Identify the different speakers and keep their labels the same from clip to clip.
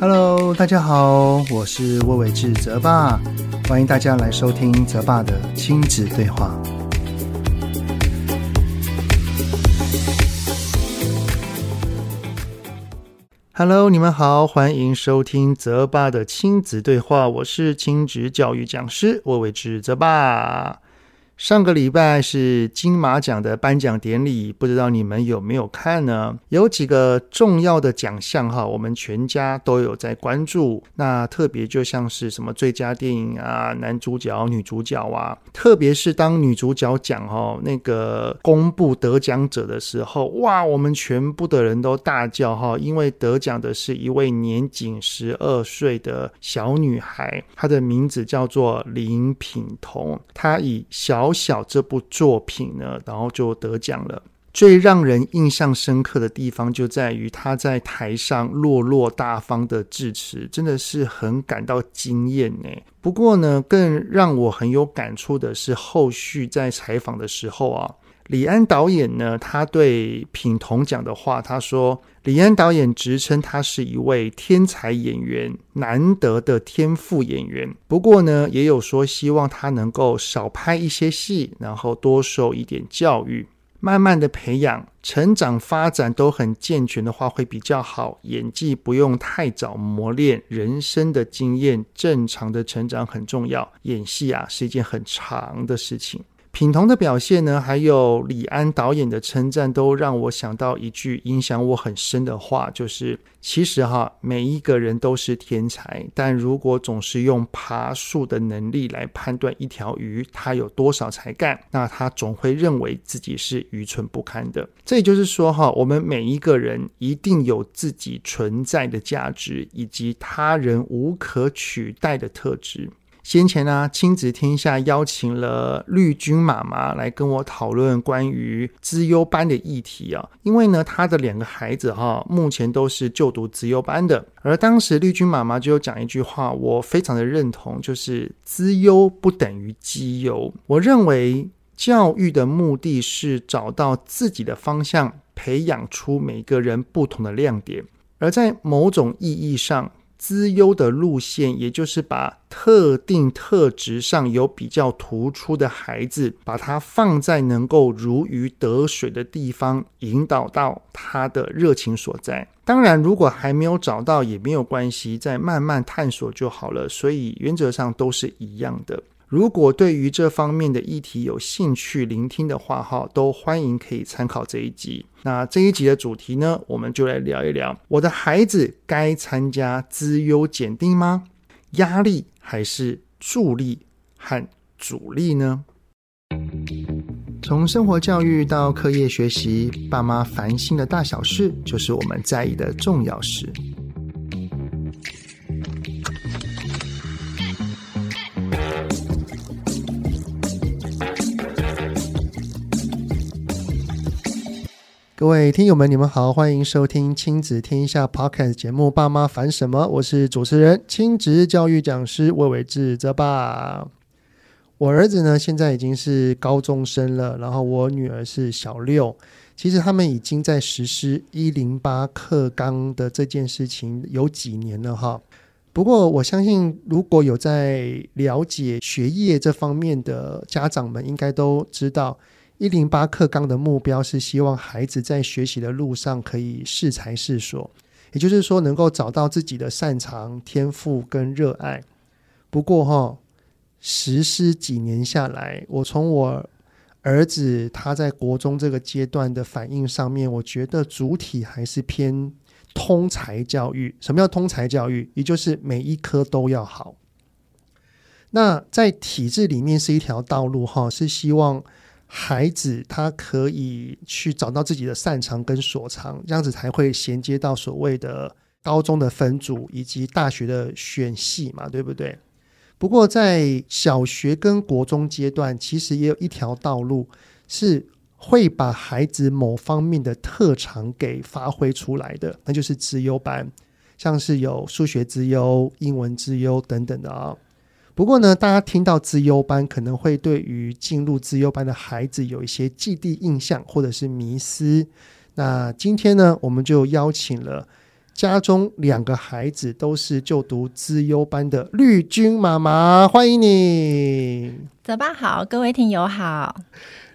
Speaker 1: Hello，大家好，我是魏伟志泽爸，欢迎大家来收听泽爸的亲子对话。Hello，你们好，欢迎收听泽爸的亲子对话，我是亲子教育讲师魏伟志泽爸。上个礼拜是金马奖的颁奖典礼，不知道你们有没有看呢？有几个重要的奖项哈，我们全家都有在关注。那特别就像是什么最佳电影啊、男主角、女主角啊，特别是当女主角奖哦那个公布得奖者的时候，哇，我们全部的人都大叫哈，因为得奖的是一位年仅十二岁的小女孩，她的名字叫做林品彤，她以小小这部作品呢，然后就得奖了。最让人印象深刻的地方就在于他在台上落落大方的致辞，真的是很感到惊艳呢。不过呢，更让我很有感触的是，后续在采访的时候啊，李安导演呢，他对品彤讲的话，他说：“李安导演直称他是一位天才演员，难得的天赋演员。不过呢，也有说希望他能够少拍一些戏，然后多受一点教育，慢慢的培养、成长、发展都很健全的话会比较好。演技不用太早磨练，人生的经验、正常的成长很重要。演戏啊，是一件很长的事情。”品彤的表现呢，还有李安导演的称赞，都让我想到一句影响我很深的话，就是其实哈，每一个人都是天才，但如果总是用爬树的能力来判断一条鱼它有多少才干，那他总会认为自己是愚蠢不堪的。这也就是说哈，我们每一个人一定有自己存在的价值，以及他人无可取代的特质。先前呢、啊，亲子天下邀请了绿军妈妈来跟我讨论关于资优班的议题啊，因为呢，她的两个孩子哈、啊，目前都是就读资优班的。而当时绿军妈妈就讲一句话，我非常的认同，就是资优不等于绩优。我认为教育的目的是找到自己的方向，培养出每个人不同的亮点，而在某种意义上。资优的路线，也就是把特定特质上有比较突出的孩子，把它放在能够如鱼得水的地方，引导到他的热情所在。当然，如果还没有找到也没有关系，再慢慢探索就好了。所以原则上都是一样的。如果对于这方面的议题有兴趣聆听的话，哈，都欢迎可以参考这一集。那这一集的主题呢，我们就来聊一聊：我的孩子该参加资优检定吗？压力还是助力和阻力呢？从生活教育到课业学习，爸妈烦心的大小事，就是我们在意的重要事。各位听友们，你们好，欢迎收听《亲子天下》Podcast 节目《爸妈烦什么》，我是主持人、亲子教育讲师魏伟志泽爸。我儿子呢，现在已经是高中生了，然后我女儿是小六。其实他们已经在实施一零八课纲的这件事情有几年了哈。不过，我相信如果有在了解学业这方面的家长们，应该都知道。一零八课纲的目标是希望孩子在学习的路上可以适才适所，也就是说能够找到自己的擅长、天赋跟热爱。不过哈、哦，实施几年下来，我从我儿子他在国中这个阶段的反应上面，我觉得主体还是偏通才教育。什么叫通才教育？也就是每一科都要好。那在体制里面是一条道路哈、哦，是希望。孩子他可以去找到自己的擅长跟所长，这样子才会衔接到所谓的高中的分组以及大学的选系嘛，对不对？不过在小学跟国中阶段，其实也有一条道路是会把孩子某方面的特长给发挥出来的，那就是资优班，像是有数学资优、英文资优等等的啊、哦。不过呢，大家听到资优班，可能会对于进入资优班的孩子有一些既定印象或者是迷思。那今天呢，我们就邀请了家中两个孩子都是就读资优班的绿军妈妈，欢迎你，
Speaker 2: 泽爸好，各位听友好。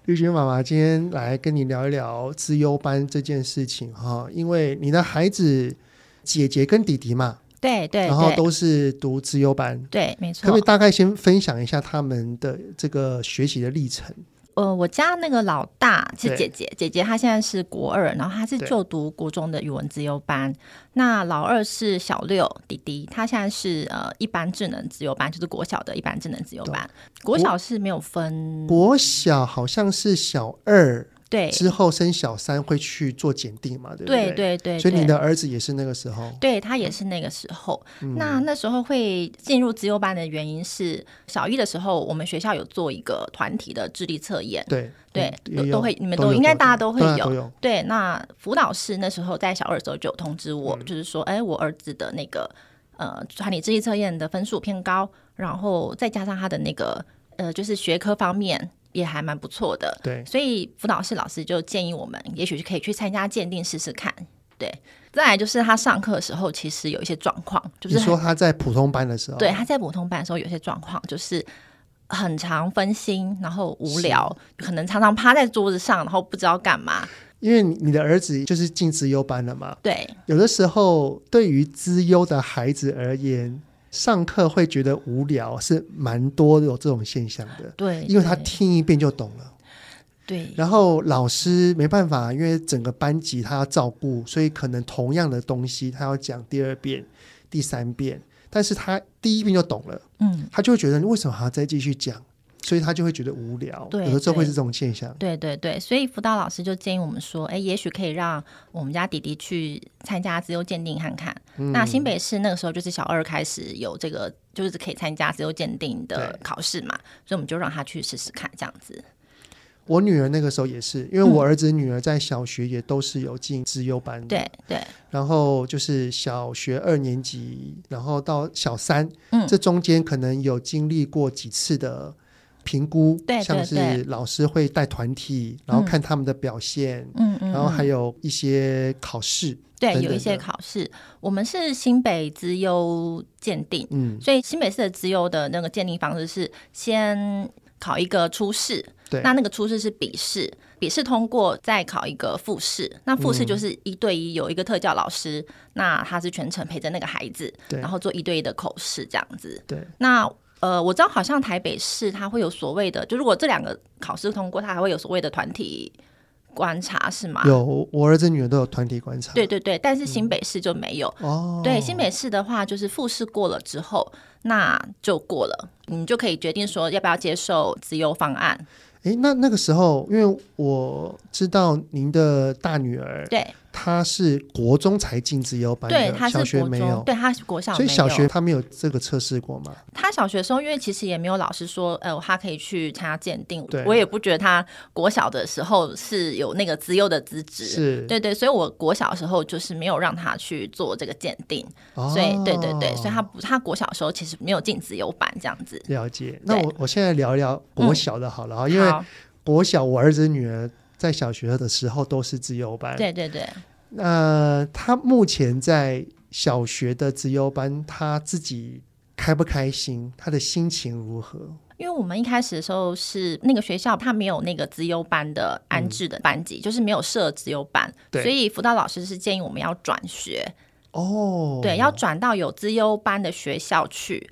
Speaker 1: 绿军妈妈今天来跟你聊一聊资优班这件事情哈，因为你的孩子姐姐跟弟弟嘛，
Speaker 2: 对对
Speaker 1: 然后
Speaker 2: 对，
Speaker 1: 都是读资优班，
Speaker 2: 对，没
Speaker 1: 可不可
Speaker 2: 错
Speaker 1: 以。大概先分享一下他们的这个学习的历程？
Speaker 2: 呃，我家那个老大是
Speaker 1: 对
Speaker 2: 姐姐，姐姐她现在是国二，然后她是
Speaker 1: 对
Speaker 2: 就读国中的语文资优班。那老二是小六弟弟，他现在是呃一般智能资优班，就是国小的一般智能资优班。国小是没有分，
Speaker 1: 国小好像是小二
Speaker 2: 对
Speaker 1: 之后升小三会去做检定嘛，对不
Speaker 2: 对
Speaker 1: 对？
Speaker 2: 对对，
Speaker 1: 所以
Speaker 2: 对
Speaker 1: 你的儿子也是那个时候，
Speaker 2: 对他也是那个时候。
Speaker 1: 嗯
Speaker 2: 那那时候会进入资优班的原因是，小一的时候我们学校有做一个团体的智力测验，
Speaker 1: 对
Speaker 2: 对
Speaker 1: 嗯
Speaker 2: 都
Speaker 1: 也有
Speaker 2: 都会你们
Speaker 1: 有
Speaker 2: 都应该大家都会
Speaker 1: 当然
Speaker 2: 有
Speaker 1: 都有。
Speaker 2: 对，那辅导室那时候在小二的时候就有通知
Speaker 1: 嗯
Speaker 2: 我，就是说，哎，我儿子的那个呃团体智力测验的分数偏高，然后再加上他的那个呃就是学科方面也还蛮不错的，
Speaker 1: 对，
Speaker 2: 所以辅导室老师就建议我们，也许可以去参加鉴定试试看。对，再来就是他上课的时候，其实有一些状况，就是
Speaker 1: 你
Speaker 2: 很
Speaker 1: 说嗯他在普通班的时候，
Speaker 2: 对，他在普通班的时候有些状况，就是很常分心，然后无聊，可能常常趴在桌子上，然后不知道干嘛。
Speaker 1: 因为你的儿子就是进资优班了嘛，
Speaker 2: 对，
Speaker 1: 有的时候对于资优的孩子而言，上课会觉得无聊是蛮多有这种现象的，
Speaker 2: 对，
Speaker 1: 因为他
Speaker 2: 对
Speaker 1: 听一遍就懂了。
Speaker 2: 对
Speaker 1: 然后老师没办法，因为整个班级他要照顾，所以可能同样的东西他要讲第二遍、第三遍，但是他第一遍就懂了，
Speaker 2: 嗯，
Speaker 1: 他就会觉得你为什么还要再继续讲，所以他就会觉得无聊。
Speaker 2: 对
Speaker 1: 有的时候
Speaker 2: 对
Speaker 1: 会是这种现象。
Speaker 2: 对对对，所以辅导老师就建议我们说，哎，也许可以让我们家弟弟去参加自由鉴定看看。那新
Speaker 1: 嗯
Speaker 2: 北市那个时候就是小二开始有这个，就是可以参加自由鉴定的
Speaker 1: 对
Speaker 2: 考试嘛，所以我们就让他去试试看这样子。
Speaker 1: 我女儿那个时候也是，因为
Speaker 2: 嗯
Speaker 1: 我儿子、女儿在小学也都是有进资优班的，
Speaker 2: 对对，
Speaker 1: 然后就是小学二年级，然后到小三，
Speaker 2: 嗯
Speaker 1: 这中间可能有经历过几次的评估，
Speaker 2: 对对
Speaker 1: 像是
Speaker 2: 对
Speaker 1: 老师会带团体，然后看他们的表现，
Speaker 2: 嗯嗯，
Speaker 1: 然后还
Speaker 2: 嗯
Speaker 1: 有一些考试，
Speaker 2: 对
Speaker 1: 等
Speaker 2: 有一
Speaker 1: 等
Speaker 2: 些
Speaker 1: 的
Speaker 2: 考试，我们是新北资优鉴定，
Speaker 1: 嗯，
Speaker 2: 所以新北市的资优的那个鉴定方式是先考一个初试，
Speaker 1: 对
Speaker 2: 那那个初试是笔试，笔试通过再考一个复试，那复试
Speaker 1: 嗯
Speaker 2: 就是一对一有一个特教老师，那他是全程陪着那个孩子，
Speaker 1: 对
Speaker 2: 然后做一对一的口试这样子。
Speaker 1: 对，
Speaker 2: 那呃，我知道好像台北市它会有所谓的，就如果这两个考试通过，它还会有所谓的团体观察是吗？
Speaker 1: 有我儿子、女儿都有团体观察，
Speaker 2: 啊对，对对，但是新北市就没有。
Speaker 1: 哦，
Speaker 2: 对，新北市的话，就是复试过了之后，那就过了，你就可以决定说要不要接受自优方案。
Speaker 1: 诶，那那个时候，因为我知道您的大女儿，
Speaker 2: 对，
Speaker 1: 她是国中才进资优班
Speaker 2: 对，
Speaker 1: 的，
Speaker 2: 他是
Speaker 1: 小学
Speaker 2: 国
Speaker 1: 没
Speaker 2: 中，
Speaker 1: 有，
Speaker 2: 对，他是国小
Speaker 1: 所
Speaker 2: 没有。
Speaker 1: 以小学她没有这个测试过嘛？
Speaker 2: 他小学的时候，因为其实也没有老师说，呃，他可以去参加鉴定
Speaker 1: 对。
Speaker 2: 我也不觉得他国小的时候是有那个资优的资质。
Speaker 1: 是，
Speaker 2: 对对，所以我国小的时候就是没有让他去做这个鉴定，
Speaker 1: 哦
Speaker 2: 所以对对对，所以他不，他国小的时候其实没有进自优班这样子。
Speaker 1: 了解。那
Speaker 2: 对嗯
Speaker 1: 我我现在聊一聊国小的好了啊，因为
Speaker 2: 好
Speaker 1: 国小我儿子女儿在小学的时候都是自由班，，
Speaker 2: 对对对，
Speaker 1: 那、他目前在小学的自由班，他自己开不开心，他的心情如何？
Speaker 2: 因为我们一开始的时候是那个学校，它没有那个资优班的安置的班级，就是没有设资优班，
Speaker 1: 嗯对
Speaker 2: 所以辅导老师是建议我们要转学，
Speaker 1: 哦，
Speaker 2: 对，要转到有资优班的学校去。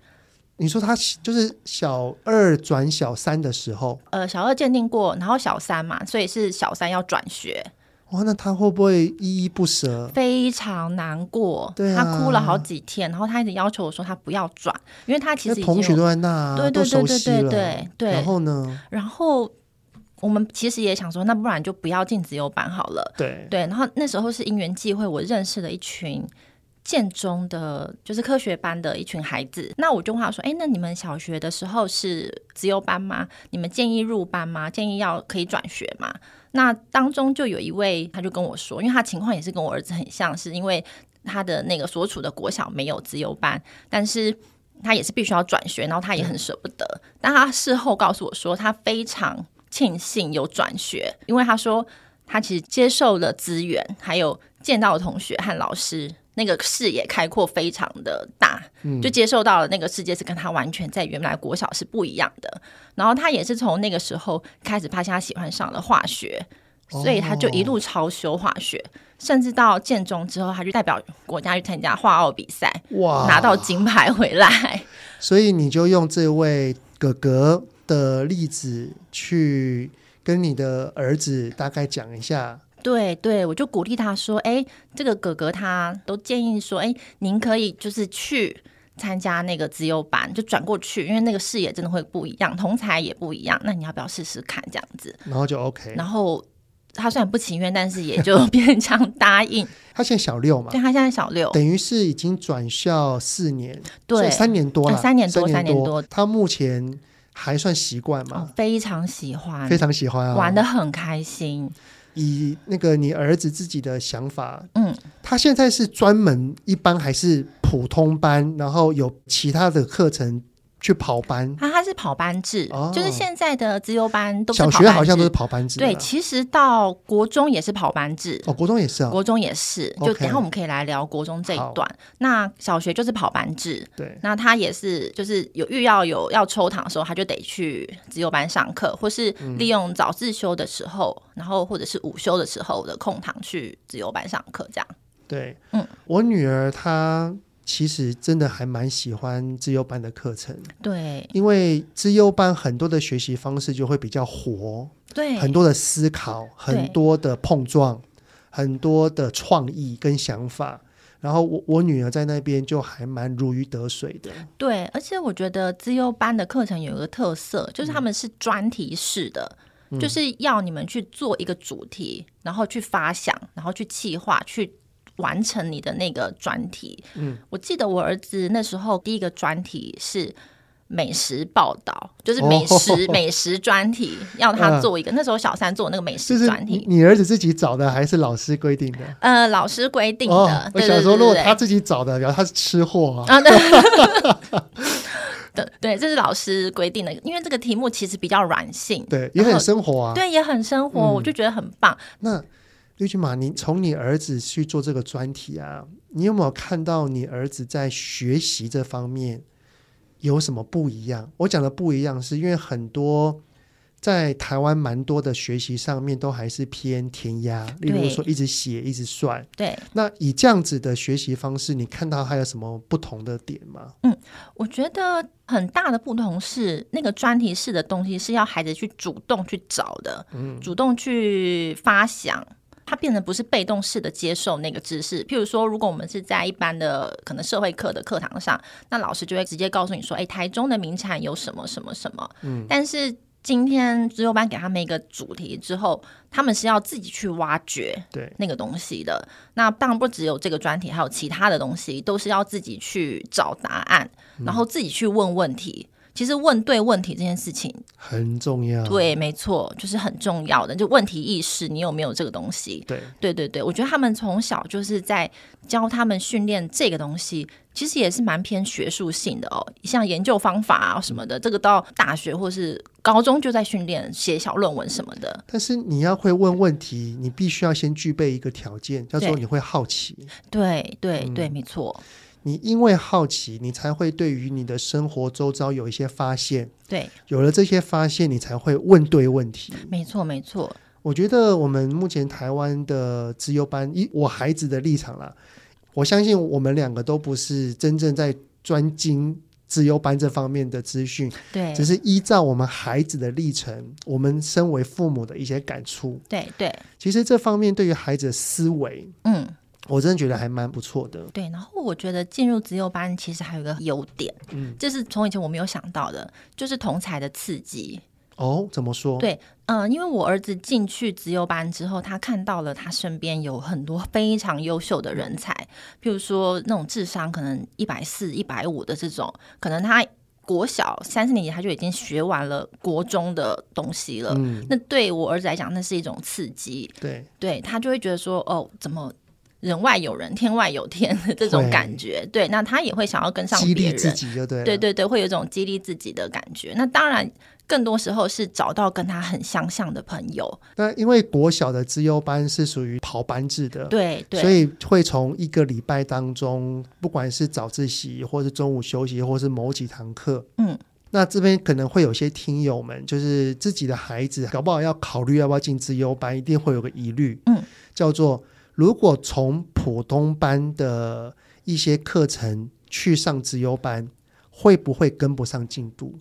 Speaker 1: 你说他就是小二转小三的时候，
Speaker 2: 呃，小二鉴定过，然后小三嘛，所以是小三要转学，
Speaker 1: 哇，那他会不会依依不舍？
Speaker 2: 非常难过，
Speaker 1: 对啊
Speaker 2: 他哭了好几天，然后他一直要求我说他不要转，因为他其
Speaker 1: 那
Speaker 2: 实已经
Speaker 1: 同学
Speaker 2: 有
Speaker 1: 都在那啊，
Speaker 2: 对对
Speaker 1: 都熟
Speaker 2: 对
Speaker 1: 悉
Speaker 2: 对
Speaker 1: 了，
Speaker 2: 对对
Speaker 1: 然后呢？
Speaker 2: 然后我们其实也想说，那不然就不要进资优班好了。
Speaker 1: 对，
Speaker 2: 对，然后那时候是因缘际会，我认识了一群建中的，就是科学班的一群孩子。那我就问他说：“哎，那你们小学的时候是自由班吗？你们建议入班吗？建议要可以转学吗？”那当中就有一位，他就跟我说，因为他情况也是跟我儿子很像，是因为他的那个所处的国小没有自由班，但是他也是必须要转学，然后他也很舍不得。但他事后告诉我说，他非常庆幸有转学，因为他说他其实接受了资源，还有见到的同学和老师，那个视野开阔非常的大，就接受到了那个世界是跟他完全在原来国小是不一样的。然后他也是从那个时候开始发现他喜欢上了化学，所以他就一路超修化学，甚至到建中之后，他就代表国家去参加化奥比赛，
Speaker 1: 哇，
Speaker 2: 拿到金牌回来。
Speaker 1: 所以你就用这位哥哥的例子去跟你的儿子大概讲一下，
Speaker 2: 对对，我就鼓励他说：“哎，这个哥哥他都建议说，哎，您可以就是去参加那个资优班，就转过去，因为那个视野真的会不一样，同才也不一样。那你要不要试试看这样子
Speaker 1: 然后就？” OK。
Speaker 2: 然后他虽然不情愿，但是也就 变相答应。
Speaker 1: 他现在小六嘛
Speaker 2: 对，他现在小六，
Speaker 1: 等于是已经转校四年，所
Speaker 2: 对
Speaker 1: 以，三年多了，
Speaker 2: 呃三年多
Speaker 1: 三
Speaker 2: 三年
Speaker 1: 多。
Speaker 2: 多
Speaker 1: 他目前还算习惯
Speaker 2: 哦
Speaker 1: 嘛，
Speaker 2: 非常喜欢
Speaker 1: 非，常喜欢啊。
Speaker 2: 玩的很开心。
Speaker 1: 以那个你儿子自己的想法，
Speaker 2: 嗯，
Speaker 1: 他现在是专门一班还是普通班，然后有其他的课程去跑班？
Speaker 2: 他他是跑班制，
Speaker 1: 哦
Speaker 2: 就是现在的资优班都是
Speaker 1: 小
Speaker 2: 跑
Speaker 1: 学
Speaker 2: 班
Speaker 1: 好像都
Speaker 2: 制
Speaker 1: 是跑班制的啦，啊
Speaker 2: 对，其实到国中也是跑班制。
Speaker 1: 哦，国中也是啊，
Speaker 2: 国中也是，就
Speaker 1: OK
Speaker 2: 等一下我们可以来聊国中这一段。那小学就是跑班制，
Speaker 1: 对，
Speaker 2: 那他也是就是有遇到有要抽堂的时候，他就得去自由班上课，或是
Speaker 1: 嗯
Speaker 2: 利用早自修的时候，然后或者是午休的时候的空堂去自由班上课，这样。
Speaker 1: 对，
Speaker 2: 嗯，
Speaker 1: 我女儿她其实真的还蛮喜欢自优班的课程，
Speaker 2: 对
Speaker 1: 因为自优班很多的学习方式就会比较活，
Speaker 2: 对，
Speaker 1: 很多的思考，很多的碰撞，很多的创意跟想法。然后我我女儿在那边就还蛮如鱼得水的，
Speaker 2: 对，而且我觉得资优班的课程有一个特色，就是
Speaker 1: 嗯
Speaker 2: 他们是专题式的，就是要你们去做一个主题，然后去发想，然后去企划，去完成你的那个专题。嗯，我记得我儿子那时候第一个专题是。美食报道就是美食、
Speaker 1: 哦
Speaker 2: 美食专题，要他
Speaker 1: 嗯
Speaker 2: 做一个、那时候小三做那个美
Speaker 1: 就
Speaker 2: 食
Speaker 1: 是
Speaker 2: 专
Speaker 1: 你
Speaker 2: 题，
Speaker 1: 你儿子自己找的还是老师规定的？
Speaker 2: 呃，老师规定的。
Speaker 1: 哦，我
Speaker 2: 对
Speaker 1: 想
Speaker 2: 对
Speaker 1: 说，
Speaker 2: 对
Speaker 1: 如果
Speaker 2: 对对
Speaker 1: 他自己找的，然后他是吃货啊，
Speaker 2: 啊，对， 对对，这是老师规定的，因为这个题目其实比较软性，
Speaker 1: 对，也很生活啊。
Speaker 2: 对，也很生活，我就觉得很棒。
Speaker 1: 那绿军马，你从你儿子去做这个专题啊，你有没有看到你儿子在学习这方面有什么不一样？我讲的不一样，是因为很多在台湾蛮多的学习上面都还是偏填鸭，例如
Speaker 2: 对
Speaker 1: 说一直写一直算。
Speaker 2: 对，
Speaker 1: 那以这样子的学习方式，你看到还有什么不同的点吗？
Speaker 2: 我觉得很大的不同是，那个专题式的东西是要孩子去主动去找的，主动去发想。他变得不是被动式的接受那个知识，譬如说，如果我们是在一般的可能社会课的课堂上，那老师就会直接告诉你说：“哎、台中的名产有什么什么什么。”嗯，但是今天自由班给他们一个主题之后，他们是要自己去挖掘，
Speaker 1: 对，
Speaker 2: 那个东西的。那当然不只有这个专题，还有其他的东西，都是要自己去找答案，然
Speaker 1: 嗯
Speaker 2: 后自己去问问题。其实问对问题这件事情，
Speaker 1: 很重要。
Speaker 2: 对，没错，就是很重要的。就问题意识，你有没有这个东西？
Speaker 1: 对
Speaker 2: 对对对，我觉得他们从小就是在教他们训练这个东西，其实也是蛮偏学术性的哦，像研究方法啊什么的，这个到大学或是高中就在训练写小论文什么的。
Speaker 1: 但是你要会问问题，你必须要先具备一个条件，叫做
Speaker 2: 对
Speaker 1: 你会好奇。
Speaker 2: 对对
Speaker 1: 嗯
Speaker 2: 对，没错，
Speaker 1: 你因为好奇，你才会对于你的生活周遭有一些发现。
Speaker 2: 对，
Speaker 1: 有了这些发现，你才会问对问题。
Speaker 2: 没错没错。
Speaker 1: 我觉得我们目前台湾的资优班，以我孩子的立场啦，我相信我们两个都不是真正在专精资优班这方面的资讯，
Speaker 2: 对，
Speaker 1: 只是依照我们孩子的历程，我们身为父母的一些感触。
Speaker 2: 对对，
Speaker 1: 其实这方面对于孩子的思维，
Speaker 2: 嗯，
Speaker 1: 我真的觉得还蛮不错的。
Speaker 2: 对。然后我觉得进入自由班其实还有一个优点，
Speaker 1: 嗯，
Speaker 2: 这是从以前我没有想到的，就是同才的刺激。
Speaker 1: 哦，怎么说？
Speaker 2: 对嗯、因为我儿子进去自由班之后，他看到了他身边有很多非常优秀的人才，譬如说那种智商可能一百四、一百五的这种，可能他国小三四年级他就已经学完了国中的东西了。
Speaker 1: 嗯，
Speaker 2: 那对我儿子来讲，那是一种刺激。
Speaker 1: 对，
Speaker 2: 对他就会觉得说，哦，怎么人外有人，天外有天的这种感觉。对，那他也会想要跟上
Speaker 1: 激
Speaker 2: 别
Speaker 1: 励
Speaker 2: 人，
Speaker 1: 自己就对了。
Speaker 2: 对对对，会有一种激励自己的感觉。那当然，更多时候是找到跟他很相像的朋友。
Speaker 1: 那因为国小的资优班是属于跑班制的，
Speaker 2: 对对，
Speaker 1: 所以会从一个礼拜当中，不管是早自习，或是中午休息，或是某几堂课，
Speaker 2: 嗯，
Speaker 1: 那这边可能会有些听友们，就是自己的孩子搞不好要考虑要不要进资优班，一定会有个疑虑，
Speaker 2: 嗯，
Speaker 1: 叫做如果从普通班的一些课程去上资优班，会不会跟不上进度？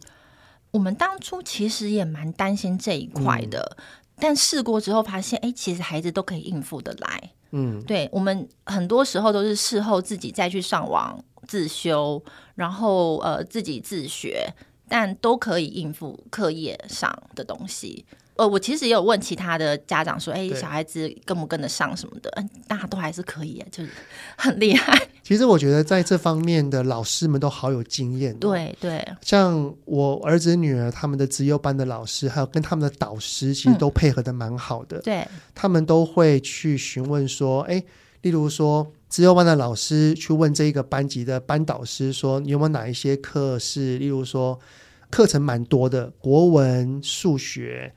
Speaker 2: 我们当初其实也蛮担心这一块
Speaker 1: 嗯
Speaker 2: 的，但试过之后发现，哎，其实孩子都可以应付得来。
Speaker 1: 嗯，
Speaker 2: 对我们很多时候都是事后自己再去上网自修，然后呃自己自学，但都可以应付课业上的东西。呃，我其实也有问其他的家长说，哎，
Speaker 1: 对
Speaker 2: 小孩子跟不跟得上什么的，嗯，大家都还是可以，就是 很厉害。
Speaker 1: 其实我觉得在这方面的老师们都好有经验、哦，。
Speaker 2: 对对，
Speaker 1: 像我儿子、女儿他们的资优班的老师，还有跟他们的导师，其实
Speaker 2: 嗯
Speaker 1: 都配合的蛮好的。
Speaker 2: 对，
Speaker 1: 他们都会去询问说，哎，例如说资优班的老师去问这一个班级的班导师说，你有没有哪一些课是，例如说课程蛮多的，国文、数学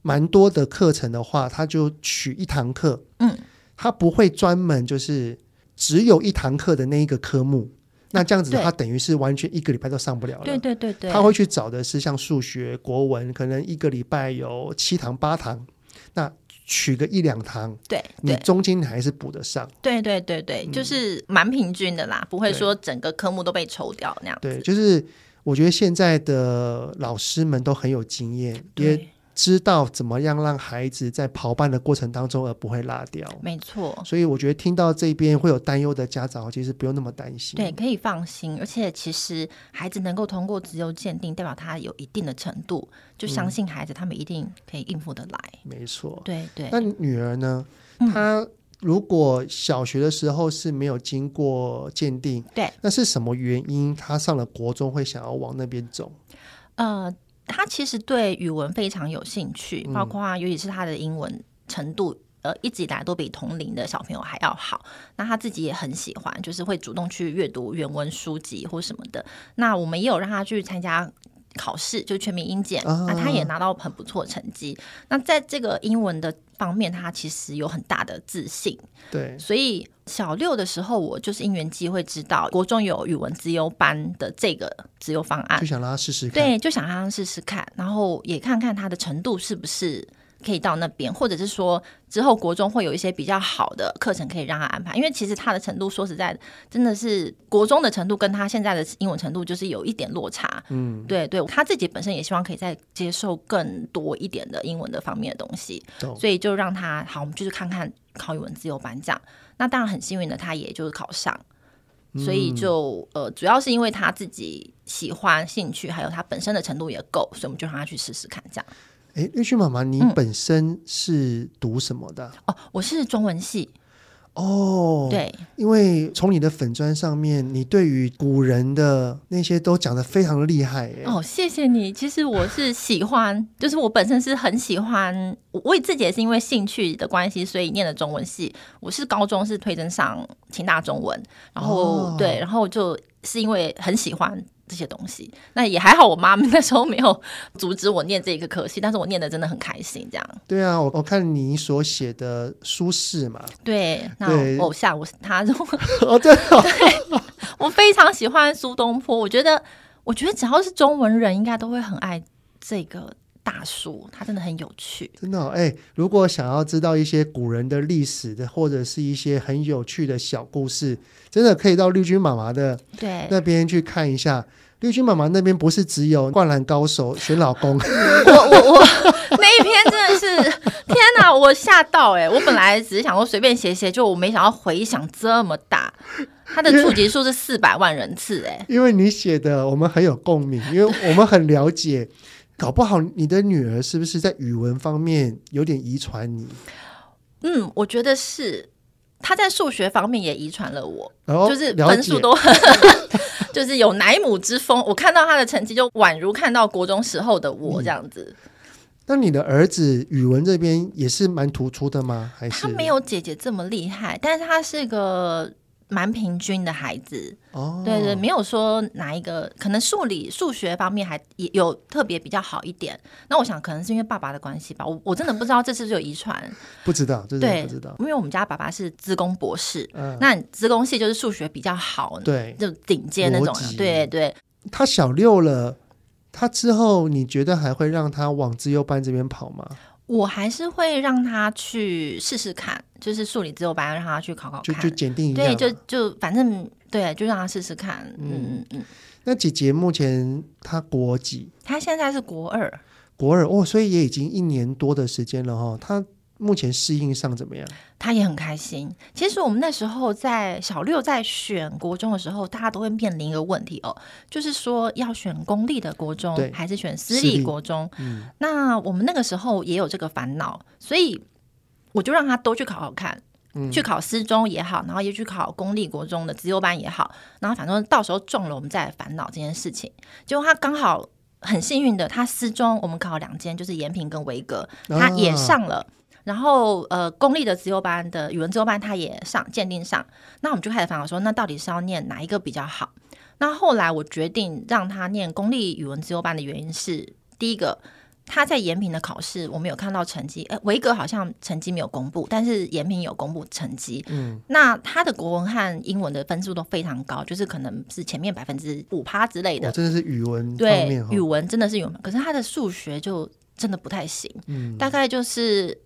Speaker 1: 蛮多的课程的话，他就取一堂课，
Speaker 2: 嗯，
Speaker 1: 他不会专门就是只有一堂课的那一个科目。那这样子，
Speaker 2: 对
Speaker 1: 他等于是完全一个礼拜都上不了了。
Speaker 2: 对对对对，
Speaker 1: 他会去找的是像数学、国文，可能一个礼拜有七堂八堂，那取个一两堂，
Speaker 2: 对
Speaker 1: 你嗯
Speaker 2: 对
Speaker 1: 中间你还是补得上。
Speaker 2: 对对对对，就是蛮平均的啦，不会说整个科目都被抽掉那样
Speaker 1: 对，
Speaker 2: 子。
Speaker 1: 就是我觉得现在的老师们都很有经验，也
Speaker 2: 对，
Speaker 1: 知道怎么样让孩子在跑班的过程当中而不会落掉。
Speaker 2: 没错。
Speaker 1: 所以我觉得听到这边会有担忧的家长，其实不用那么担心。
Speaker 2: 对，，可以放心，而且其实孩子能够通过自由鉴定，代表他有一定的程度，就相信孩子他们一定可以应付得来。
Speaker 1: 没错。
Speaker 2: 对对，
Speaker 1: 那女儿呢？
Speaker 2: 嗯
Speaker 1: 她如果小学的时候是没有经过鉴定，
Speaker 2: 对，
Speaker 1: 那是什么原因？她上了国中会想要往那边走？
Speaker 2: 呃，他其实对语文非常有兴趣，包括啊尤其是他的英文程度。呃，一直以来都比同龄的小朋友还要好。那他自己也很喜欢，就是会主动去阅读原文书籍或什么的。那我们也有让他去参加考试，就全民英检，
Speaker 1: 啊
Speaker 2: 那他也拿到很不错成绩。那在这个英文的方面，他其实有很大的自信。
Speaker 1: 对，
Speaker 2: 所以小六的时候，我就是因缘机会知道国中有语文资优班的这个资优方案
Speaker 1: 就，想让她试试看。
Speaker 2: 啊对，就想让他试试看，然后也看看他的程度是不是可以到那边，或者是说之后国中会有一些比较好的课程可以让他安排，因为其实他的程度说实在的，真的是国中的程度跟他现在的英文程度就是有一点落差。
Speaker 1: 嗯，
Speaker 2: 对对，他自己本身也希望可以再接受更多一点的英文的方面的东西，
Speaker 1: 懂。
Speaker 2: 所以就让他好，我们就是看看考语文自由班这样。那当然很幸运的，他也就是考上，所以
Speaker 1: 嗯
Speaker 2: 就、呃，主要是因为他自己喜欢、兴趣，还有他本身的程度也够，所以我们就让他去试试看这样。
Speaker 1: 哎，瑞旭妈妈，你
Speaker 2: 嗯
Speaker 1: 本身是读什么的啊？
Speaker 2: 哦，我是中文系，
Speaker 1: 哦，，
Speaker 2: 对
Speaker 1: 因为从你的粉砖上面，你对于古人的那些都讲得非常厉害耶。
Speaker 2: 哦，谢谢你。其实我是喜欢，就是我本身是很喜欢，我我自己也是因为兴趣的关系，所以念了中文系。我是高中是推甄上清大中文，然后、
Speaker 1: 哦
Speaker 2: 对，然后就是因为很喜欢。这些东西，那也还好。我妈 那时候没有阻止我念这个科系，但是我念的真的很开心。这样
Speaker 1: 对啊，我我看你所写的书适 嘛，
Speaker 2: 对，那
Speaker 1: 对
Speaker 2: 偶像我是他，
Speaker 1: 哦，对哦，
Speaker 2: 我非常喜欢苏东坡，我觉得，我觉得只要是中文人，应该都会很爱这个大叔，他真的很有趣。
Speaker 1: 真的、哦，哎、如果想要知道一些古人的历史的，或者是一些很有趣的小故事，真的可以到绿军妈妈的
Speaker 2: 对，
Speaker 1: 那边去看一下。绿军妈妈那边不是只有《灌篮高 手》选老公，
Speaker 2: 我我我那一篇真的是天哪，我吓到哎、我本来只是想说随便写写，就我没想到回响这么大，它的触及数是四百万人次哎、
Speaker 1: 因为你写的我们很有共鸣，因为我们很了解。搞不好你的女儿是不是在语文方面有点遗传你？
Speaker 2: 嗯，我觉得是他在数学方面也遗传了我，
Speaker 1: 然后
Speaker 2: 就是
Speaker 1: 哦了
Speaker 2: 分
Speaker 1: 解
Speaker 2: 数都很。 就是
Speaker 1: 嗯
Speaker 2: 有奶母之风，我看到他的成绩就宛如看到国中时候的我这样子。
Speaker 1: 那你的儿子语文这边也是蛮突出的吗？还是
Speaker 2: 他没有姐姐这么厉害，但是他是个蛮平均的孩子。
Speaker 1: 哦，
Speaker 2: 对对，没有说哪一个，可能数理、数学方面还也有特别比较好一点。那我想可能是因为爸爸的关系吧，我我真的不知道这是不是有遗传。
Speaker 1: 不知道，这是
Speaker 2: 对
Speaker 1: 不知道。
Speaker 2: 因为我们家爸爸是资工博士，
Speaker 1: 嗯，
Speaker 2: 那资工系就是数学比较好，
Speaker 1: 对，
Speaker 2: 就顶尖那种
Speaker 1: 逻。辑
Speaker 2: 对对，
Speaker 1: 他小六了，他之后你觉得还会让他往自优班这边跑吗？
Speaker 2: 我还是会让他去试试看，就是数理自由班让他去考考
Speaker 1: 就就
Speaker 2: 看。
Speaker 1: 检定一样
Speaker 2: 对，
Speaker 1: 嘛。
Speaker 2: 就就反正对，就让他试试看。嗯嗯嗯，
Speaker 1: 那姐姐目前她国几？
Speaker 2: 他现在是国二。
Speaker 1: 国二哦，所以也已经一年多的时间了哈、哦。她目前适应上怎么样？
Speaker 2: 他也很开心。其实我们那时候在小六在选国中的时候，大家都会面临一个问题哦，就是说要选公立的国中
Speaker 1: 对
Speaker 2: 还是选私
Speaker 1: 私立
Speaker 2: 立国中。
Speaker 1: 嗯，
Speaker 2: 那我们那个时候也有这个烦恼，所以我就让他都去考考看，
Speaker 1: 嗯
Speaker 2: 去考私中也好，然后也去考公立国中的资优班也好，然后反正到时候中了，我们再来烦恼这件事情。结果他刚好很幸运的，他私中我们考两间，就是延平跟维格，他也上了。然后，呃，公立的自由班的语文自由班他也上鉴定上，那我们就开始烦恼说，那到底是要念哪一个比较好？那后来我决定让他念公立语文自由班的原因是，第一个他在延平的考试我们有看到成绩，哎，维格好像成绩没有公布，但是延平有公布成绩。
Speaker 1: 嗯，
Speaker 2: 那他的国文和英文的分数都非常高，就是可能是前面百分之五趴之类
Speaker 1: 我
Speaker 2: 的。
Speaker 1: 哦真的是语文方
Speaker 2: 对
Speaker 1: 面，哈、
Speaker 2: 语文真的是语文，可是他的数学就真的不太行。
Speaker 1: 嗯，
Speaker 2: 大概就是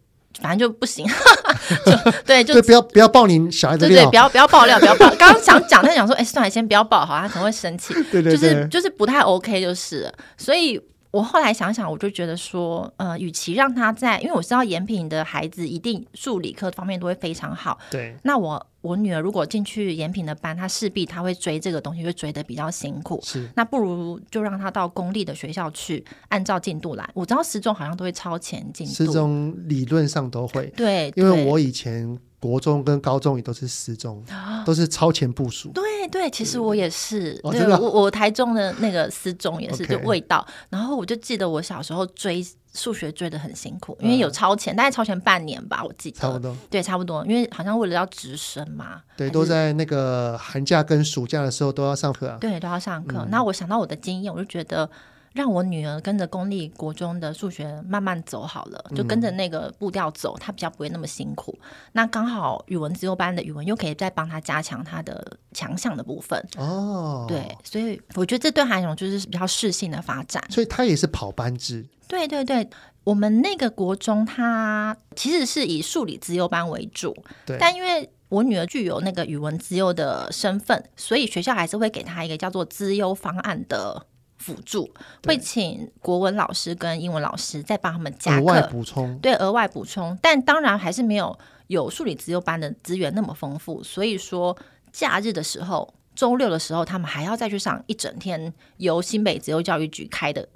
Speaker 2: 反正就不行， 就对，就
Speaker 1: 对，不要不要爆你小孩的
Speaker 2: 对对，
Speaker 1: 料
Speaker 2: 不，要不要爆料，不要爆。刚刚想讲，但想说，哎、算了，先不要爆好，他可能会生气，
Speaker 1: 对对对，
Speaker 2: 就是就是不太 OK，就是了，所以。我后来想想，我就觉得说，呃，与其让他在，因为我知道延平的孩子一定数理科方面都会非常好，
Speaker 1: 对
Speaker 2: 那我我女儿如果进去延平的班，她势必她会追这个东西，会追的比较辛苦。
Speaker 1: 是
Speaker 2: 那不如就让她到公立的学校去，按照进度来。我知道十中好像都会超前进度，
Speaker 1: 失踪理论上都会，
Speaker 2: 对，
Speaker 1: 因为
Speaker 2: 对
Speaker 1: 我以前国中跟高中也都是失踪，
Speaker 2: 啊
Speaker 1: 都是超前部署。
Speaker 2: 对对，其实我也是，
Speaker 1: 哦
Speaker 2: 对
Speaker 1: 真的啊
Speaker 2: 我我台中的那个私中也是
Speaker 1: OK
Speaker 2: 就味道，然后我就记得我小时候追数学追的很辛苦，因为有超前，大概超前半年吧，我记
Speaker 1: 嗯差不
Speaker 2: 得，
Speaker 1: 多，
Speaker 2: 对，差不多，因为好像为了要直升嘛，
Speaker 1: 对，
Speaker 2: 还
Speaker 1: 都
Speaker 2: 是
Speaker 1: 在那个寒假跟暑假的时候都要上课啊。
Speaker 2: 对都要上课。那我想到我的经验，我就觉得。让我女儿跟着公立国中的数学慢慢走好了，就跟
Speaker 1: 嗯
Speaker 2: 着那个步调走，她比较不会那么辛苦。那刚好语文自由班的语文又可以再帮她加强她的强项的部分，
Speaker 1: 哦，
Speaker 2: 对，，所以我觉得这对韩勇就是比较适性的发展。
Speaker 1: 所以他也是跑班制，
Speaker 2: 对对对，我们那个国中它其实是以数理资优班为主，
Speaker 1: 对，
Speaker 2: 但因为我女儿具有那个语文资优的身份，所以学校还是会给她一个叫做资优方案的。辅助
Speaker 1: 对
Speaker 2: 会请国文老师跟英文老师再帮他们加
Speaker 1: 额外
Speaker 2: 课，
Speaker 1: 补充，
Speaker 2: 对，额外补充，但当然还是没有有数理资优班的资源那么丰富，所以说假日的时候，周六的时候，他们还要再去上一整天由新北自由教育局开的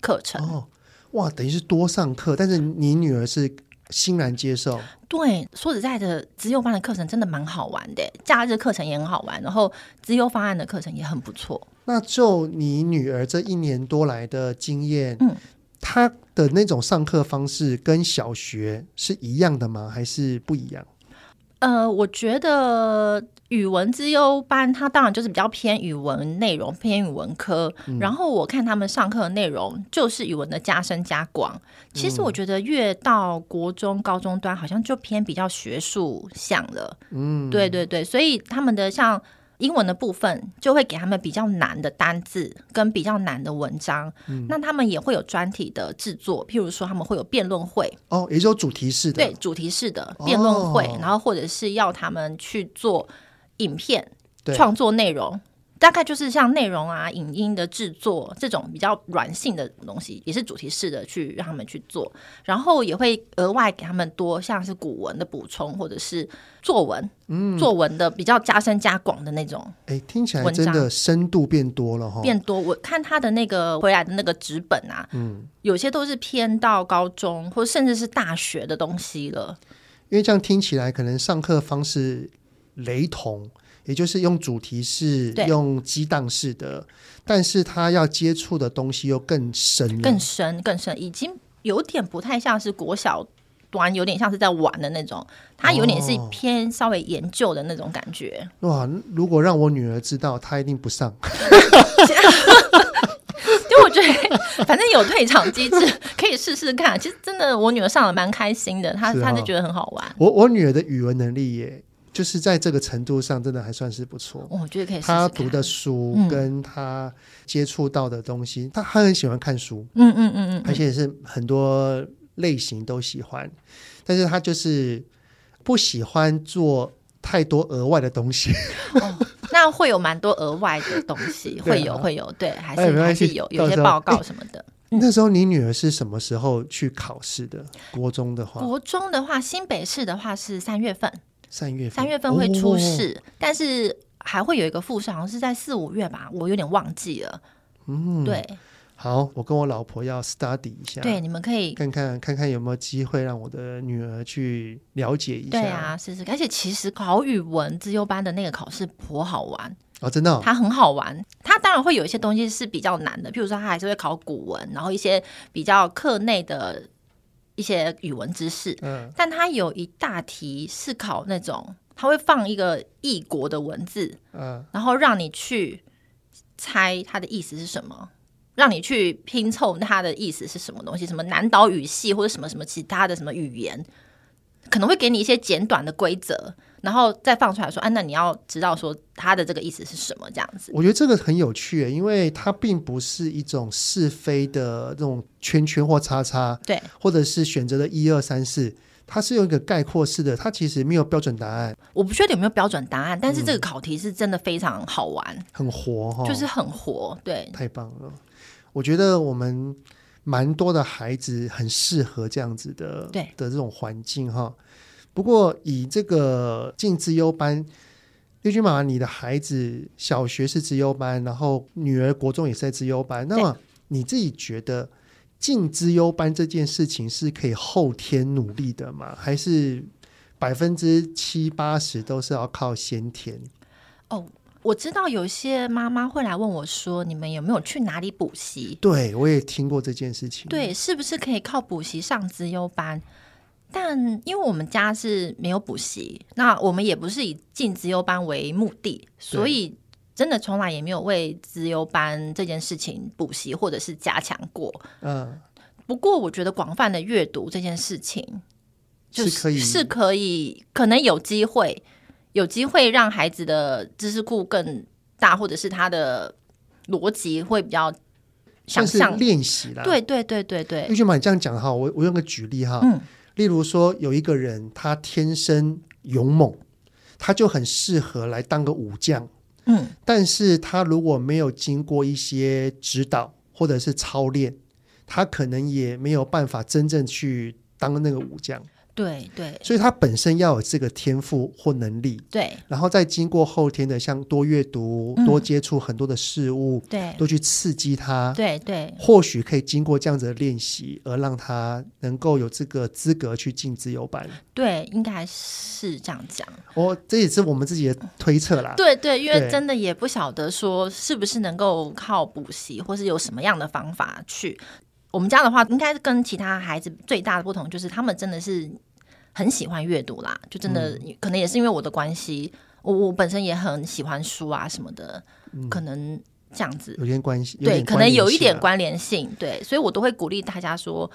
Speaker 2: 课程。
Speaker 1: 哦，哇，等于是多上课，但是你女儿是欣然接受，
Speaker 2: 对，说实在的，资优班的课程真的蛮好玩的，假日课程也很好玩，然后资优方案的课程也很不错。
Speaker 1: 那就你女儿这一年多来的经验，
Speaker 2: 嗯，
Speaker 1: 她的那种上课方式跟小学是一样的吗？还是不一样？
Speaker 2: 呃，我觉得语文资优班，它当然就是比较偏语文内容，偏语文科。然后我看他们上课的内容，就是语文的加深加广。其实我觉得越到国中、高中端，好像就偏比较学术向了。
Speaker 1: 嗯，
Speaker 2: 对对对，所以他们的像。英文的部分就会给他们比较难的单字跟比较难的文章，那他们也会有专题的制作，譬如说他们会有辩论会，
Speaker 1: 哦，也就是有主题式的，
Speaker 2: 对，主题式的辩论会，
Speaker 1: 哦
Speaker 2: 然后或者是要他们去做影片
Speaker 1: 对
Speaker 2: 创作内容，大概就是像内容啊、影音的制作这种比较软性的东西，也是主题式的去让他们去做，然后也会额外给他们多像是古文的补充，或者是作文，嗯，作文的比较加深加广的那种
Speaker 1: 哎，听起来
Speaker 2: 文
Speaker 1: 真的
Speaker 2: 章
Speaker 1: 深度变多了哈。
Speaker 2: 变多。我看他的那个回来的那个纸本啊，
Speaker 1: 嗯，
Speaker 2: 有些都是偏到高中或甚至是大学的东西了。
Speaker 1: 因为这样听起来可能上课方式雷同，也就是用主题式、
Speaker 2: 对
Speaker 1: 用激荡式的，但是他要接触的东西又更深了。
Speaker 2: 更深更深，已经有点不太像是国小端，有点像是在玩的那种，它有点是
Speaker 1: 哦
Speaker 2: 偏稍微研究的那种感觉。
Speaker 1: 哇，如果让我女儿知道，她一定不上。
Speaker 2: 就我觉得， 反正有退场机制，可以试试看。其实真的，我女儿上的蛮开心的，她
Speaker 1: 是
Speaker 2: 她
Speaker 1: 哈
Speaker 2: 就觉得很好玩。
Speaker 1: 我我女儿的语文能力也，就是在这个程度上，真的还算是不错。
Speaker 2: 哦我觉得可以试试
Speaker 1: 她
Speaker 2: 看。
Speaker 1: 读的书
Speaker 2: 嗯
Speaker 1: 跟她接触到的东西，她她很喜欢看书，
Speaker 2: 嗯，嗯嗯嗯
Speaker 1: 而
Speaker 2: 嗯，
Speaker 1: 且是很多类型都喜欢，但是她就是不喜欢做太多额外的东西。
Speaker 2: 那会有蛮多额外的东西，
Speaker 1: 对啊
Speaker 2: 会有会有，对，还
Speaker 1: 哎
Speaker 2: 是
Speaker 1: 没关
Speaker 2: 还
Speaker 1: 系
Speaker 2: 是有有
Speaker 1: 到
Speaker 2: 些
Speaker 1: 时候哎
Speaker 2: 报告什么的。
Speaker 1: 那时候你女儿是什么时候去考试的？国中的话，
Speaker 2: 国中的话，新北市的话是三月份，
Speaker 1: 三月份
Speaker 2: 三月份会出
Speaker 1: 哦
Speaker 2: 事，但是还会有一个复试，好像是在四五月吧，我有点忘记了。
Speaker 1: 嗯，啊
Speaker 2: 对、
Speaker 1: 好，我跟我老婆要 study 一下，
Speaker 2: 对，，你们可以
Speaker 1: 看看看看有没有机会让我的女儿去了解一下。
Speaker 2: 对，啊，试试看。而且其实考语文自优班的那个考试颇好玩，
Speaker 1: 哦，真的哦、
Speaker 2: 它很好玩。它当然会有一些东西是比较难的，譬如说它还是会考古文，然后一些比较课内的一些语文知识。
Speaker 1: 嗯，
Speaker 2: 但它有一大题是考那种，它会放一个异国的文字，
Speaker 1: 嗯
Speaker 2: 然后让你去猜它的意思是什么，让你去拼凑它的意思是什么东西，什么南岛语系或者什么什么其他的什么语言，可能会给你一些简短的规则，然后再放出来说，啊，那你要知道说它的这个意思是什么，这样子。
Speaker 1: 我觉得这个很有趣耶，因为它并不是一种是非的这种圈圈或叉叉，
Speaker 2: 对，
Speaker 1: 或者是选择的一二三四，它是用一个概括式的，它其实没有标准答案，
Speaker 2: 我不确定有没有标准答案，但是这个考题是真的非常好玩，
Speaker 1: 很活哈、
Speaker 2: 就是很活，对，
Speaker 1: 太棒了。我觉得我们蛮多的孩子很适合这样子的
Speaker 2: 对
Speaker 1: 的这种环境哈。不过以这个进资优班，绿军马，你的孩子小学是资优班，然后女儿国中也是在资优班，那么你自己觉得？进资优班这件事情是可以后天努力的吗？还是百分之七八十都是要靠先天？
Speaker 2: 我知道有些妈妈会来问我说：“你们有没有去哪里补习？
Speaker 1: 对我也听过这件事情。，
Speaker 2: 对，是不是可以靠补习上资优班？”但因为我们家是没有补习，那我们也不是以进资优班为目的，所以真的从来也没有为资优班这件事情补习或者是加强过。
Speaker 1: 嗯，
Speaker 2: 不过，我觉得广泛的阅读这件事情，就是
Speaker 1: 可以
Speaker 2: 是可以，可能有机会，有机会让孩子的知识库更大，或者是他的逻辑会比较想
Speaker 1: 算是
Speaker 2: 象。
Speaker 1: 练习啦。
Speaker 2: 对对对对对
Speaker 1: 玉娟嘛，你这样讲哈，我我用个举例哈，
Speaker 2: 嗯
Speaker 1: 例如说有一个人他天生勇猛，他就很适合来当个武将，
Speaker 2: 嗯，
Speaker 1: 但是他如果没有经过一些指导或者是操练，他可能也没有办法真正去当那个武将，
Speaker 2: 对对
Speaker 1: 所以他本身要有这个天赋或能力，
Speaker 2: 对
Speaker 1: 然后再经过后天的像多阅读、
Speaker 2: 嗯
Speaker 1: 多接触很多的事物，
Speaker 2: 对
Speaker 1: 多去刺激他，
Speaker 2: 对对，
Speaker 1: 或许可以经过这样子的练习，而让他能够有这个资格去进自由班。
Speaker 2: 对，应该是这样讲。
Speaker 1: 哦，这也是我们自己的推测啦。
Speaker 2: 对对，因为
Speaker 1: 对
Speaker 2: 真的也不晓得说是不是能够靠补习，或是有什么样的方法去。我们家的话，应该跟其他孩子最大的不同就是，他们真的是很喜欢阅读啦，就真的、
Speaker 1: 嗯
Speaker 2: 可能也是因为我的关系，我我本身也很喜欢书啊什么的，
Speaker 1: 嗯
Speaker 2: 可能这样子。
Speaker 1: 有点关系，
Speaker 2: 对，可能有一点
Speaker 1: 关
Speaker 2: 关联性，对，所以我都会鼓励大家说，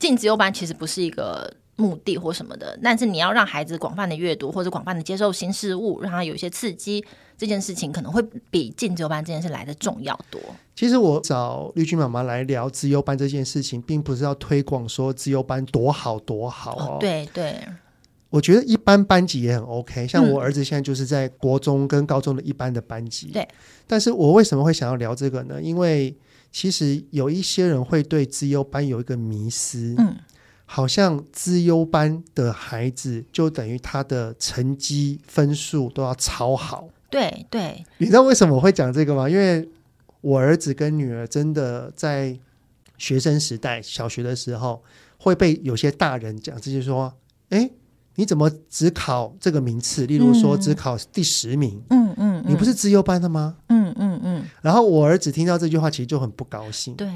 Speaker 2: 进自由班其实不是一个目的或什么的，但是你要让孩子广泛的阅读或者广泛的接受新事物，让他有一些刺激，这件事情可能会比进自由班这件事来的重要多。
Speaker 1: 系啦。其实我找绿军妈妈来聊自由班这件事情，并不是要推广说自由班多好多好哦。，
Speaker 2: 对对，
Speaker 1: 我觉得一般班级也很 OK，像
Speaker 2: 嗯
Speaker 1: 我儿子现在就是在国中跟高中的一般的班级。
Speaker 2: 对，
Speaker 1: 但是我为什么会想要聊这个呢？因为其实有一些人会对资优班有一个迷思，
Speaker 2: 嗯，
Speaker 1: 好像资优班的孩子就等于他的成绩分数都要超好。
Speaker 2: 对对，
Speaker 1: 你知道为什么我会讲这个吗？因为我儿子跟女儿真的在学生时代、小学的时候，会被有些大人讲，这就是说：“哎，你怎么只考这个名次？例如说
Speaker 2: 嗯
Speaker 1: 只考第十名，
Speaker 2: 嗯嗯，
Speaker 1: 你不
Speaker 2: 是，
Speaker 1: 是资优班的吗
Speaker 2: 嗯嗯嗯，
Speaker 1: 然后我儿子听到这句话，其实就很不高兴。
Speaker 2: 对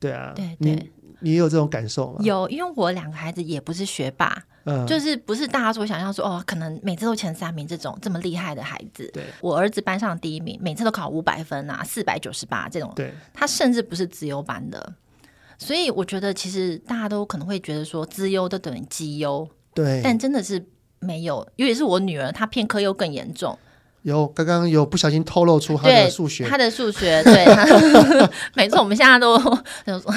Speaker 1: 对啊，
Speaker 2: 对
Speaker 1: 你
Speaker 2: 对
Speaker 1: 你也有这种感受吗？
Speaker 2: 有，因为我两个孩子也不是学霸，
Speaker 1: 嗯，
Speaker 2: 就是不是大家所想象说哦，可能每次都前三名这种这么厉害的孩子。
Speaker 1: 对
Speaker 2: 我儿子班上第一名，每次都考五百分啊，四百九十八这种，
Speaker 1: 对，
Speaker 2: 他甚至不是资优班的。所以我觉得，其实大家都可能会觉得说资优都等于绩优，
Speaker 1: 对，
Speaker 2: 但真的是没有，尤其是我女儿，她偏科又更严重。
Speaker 1: 有刚刚有不小心透露出他的
Speaker 2: 对
Speaker 1: 数学
Speaker 2: 她的数学，对， 她每次我们现在都 就说，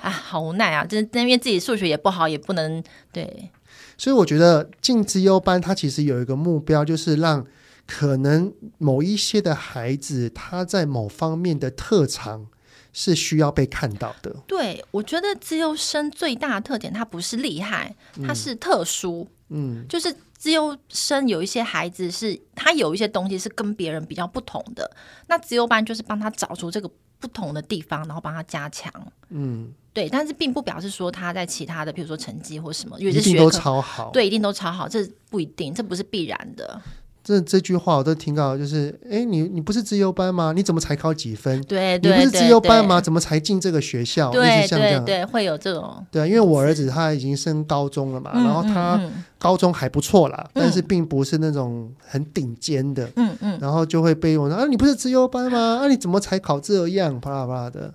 Speaker 2: 啊，好无奈啊，就是因为自己数学也不好，也不能对
Speaker 1: 所以我觉得进资优班，它其实有一个目标，就是让可能某一些的孩子，他在某方面的特长是需要被看到的。
Speaker 2: 对，我觉得资优生最大的特点，他不是厉害，他是特殊，
Speaker 1: 嗯，
Speaker 2: 就是资优生有一些孩子是他有一些东西是跟别人比较不同的，那资优班就是帮他找出这个不同的地方，然后帮他加强。
Speaker 1: 嗯，
Speaker 2: 对，但是并不表示说他在其他的，比如说成绩或什么，因为
Speaker 1: 一
Speaker 2: 是
Speaker 1: 定
Speaker 2: 学
Speaker 1: 都
Speaker 2: 科，
Speaker 1: 超好。
Speaker 2: 对，一定都超好，这不一定，这不是必然的。
Speaker 1: 这这句话我都听到，就是哎，你你不是资优班吗？你怎么才考几分？
Speaker 2: 对
Speaker 1: 你
Speaker 2: 对
Speaker 1: 不
Speaker 2: 对，
Speaker 1: 是资优班
Speaker 2: 对
Speaker 1: 吗？？怎么才进这个学校？类
Speaker 2: 对
Speaker 1: 似像这
Speaker 2: 对
Speaker 1: 样。
Speaker 2: 对，会有这种。
Speaker 1: 对啊，因为我儿子他已经升高中了嘛，
Speaker 2: 嗯
Speaker 1: 啊然后他
Speaker 2: 嗯
Speaker 1: 高中还不错啦，
Speaker 2: 嗯
Speaker 1: 但是并不是那种很顶尖的，
Speaker 2: 嗯嗯
Speaker 1: 然后就会被我说啊，你不是资优班吗？啊，你怎么才考这样？啪啦啪啦的。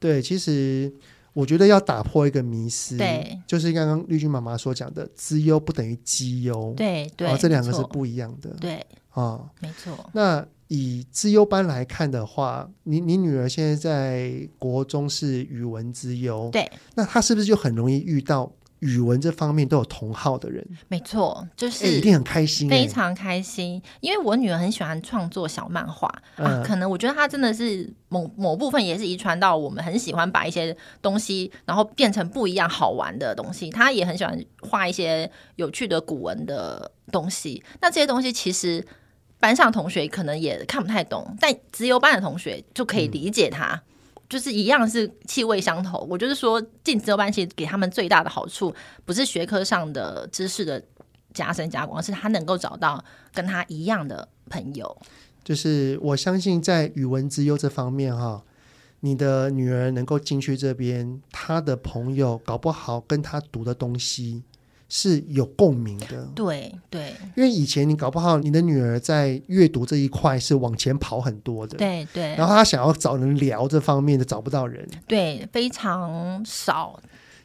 Speaker 1: 对，其实我觉得要打破一个迷思，
Speaker 2: 对，
Speaker 1: 就是刚刚绿军妈妈所讲的，资优不等于绩优
Speaker 2: 嗯，，对对、
Speaker 1: 哦，这两个
Speaker 2: 没
Speaker 1: 是
Speaker 2: 错
Speaker 1: 不一样的
Speaker 2: 对，
Speaker 1: 啊、
Speaker 2: 没错。
Speaker 1: 那以资优班来看的话，你你女儿现在在国中是语文资优，
Speaker 2: 对，
Speaker 1: 那她是不是就很容易遇到语文这方面都有同好的人？
Speaker 2: 没错，就
Speaker 1: 哎、一
Speaker 2: 是
Speaker 1: 定很开心、哎
Speaker 2: 非常开心，因为我女儿很喜欢创作小漫画、
Speaker 1: 嗯
Speaker 2: 啊，可能我觉得她真的是某某部分也是遗传到我们很喜欢把一些东西，然后变成不一样好玩的东西。她也很喜欢画一些有趣的古文的东西。那这些东西其实班上同学可能也看不太懂，但资优班的同学就可以理解她。就是一样是气味相投，我就是说进资优班其实给他们最大的好处，不是学科上的知识的加深加广，而是他能够找到跟他一样的朋友。
Speaker 1: 就是我相信在语文资优这方面哈、你的女儿能够进去这边，她的朋友搞不好跟她读的东西是有共鸣的。
Speaker 2: 对对
Speaker 1: 因为以前你搞不好你的女儿在阅读这一块是往前跑很多的，
Speaker 2: 对对
Speaker 1: 然后她想要找人聊这方面的找不到人，
Speaker 2: 对，非常少。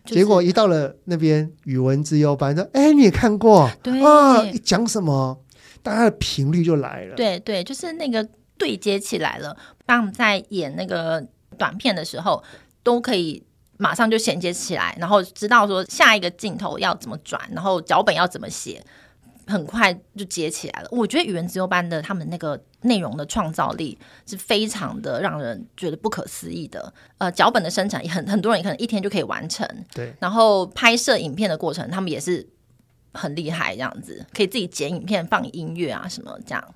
Speaker 2: 就是
Speaker 1: 结果一到了那边语文资优班，说：“哎，你也看过
Speaker 2: 对
Speaker 1: 啊？一讲什么，大家的频率就来了。”
Speaker 2: 对对，就是那个对接起来了。当我们在演那个短片的时候，都可以马上就衔接起来，然后知道说下一个镜头要怎么转，然后脚本要怎么写，很快就接起来了。我觉得语文自由班的他们那个内容的创造力是非常的让人觉得不可思议的。呃，脚本的生产也很很多人可能一天就可以完成，
Speaker 1: 对
Speaker 2: 然后拍摄影片的过程，他们也是很厉害，这样子可以自己剪影片、放音乐啊什么这样。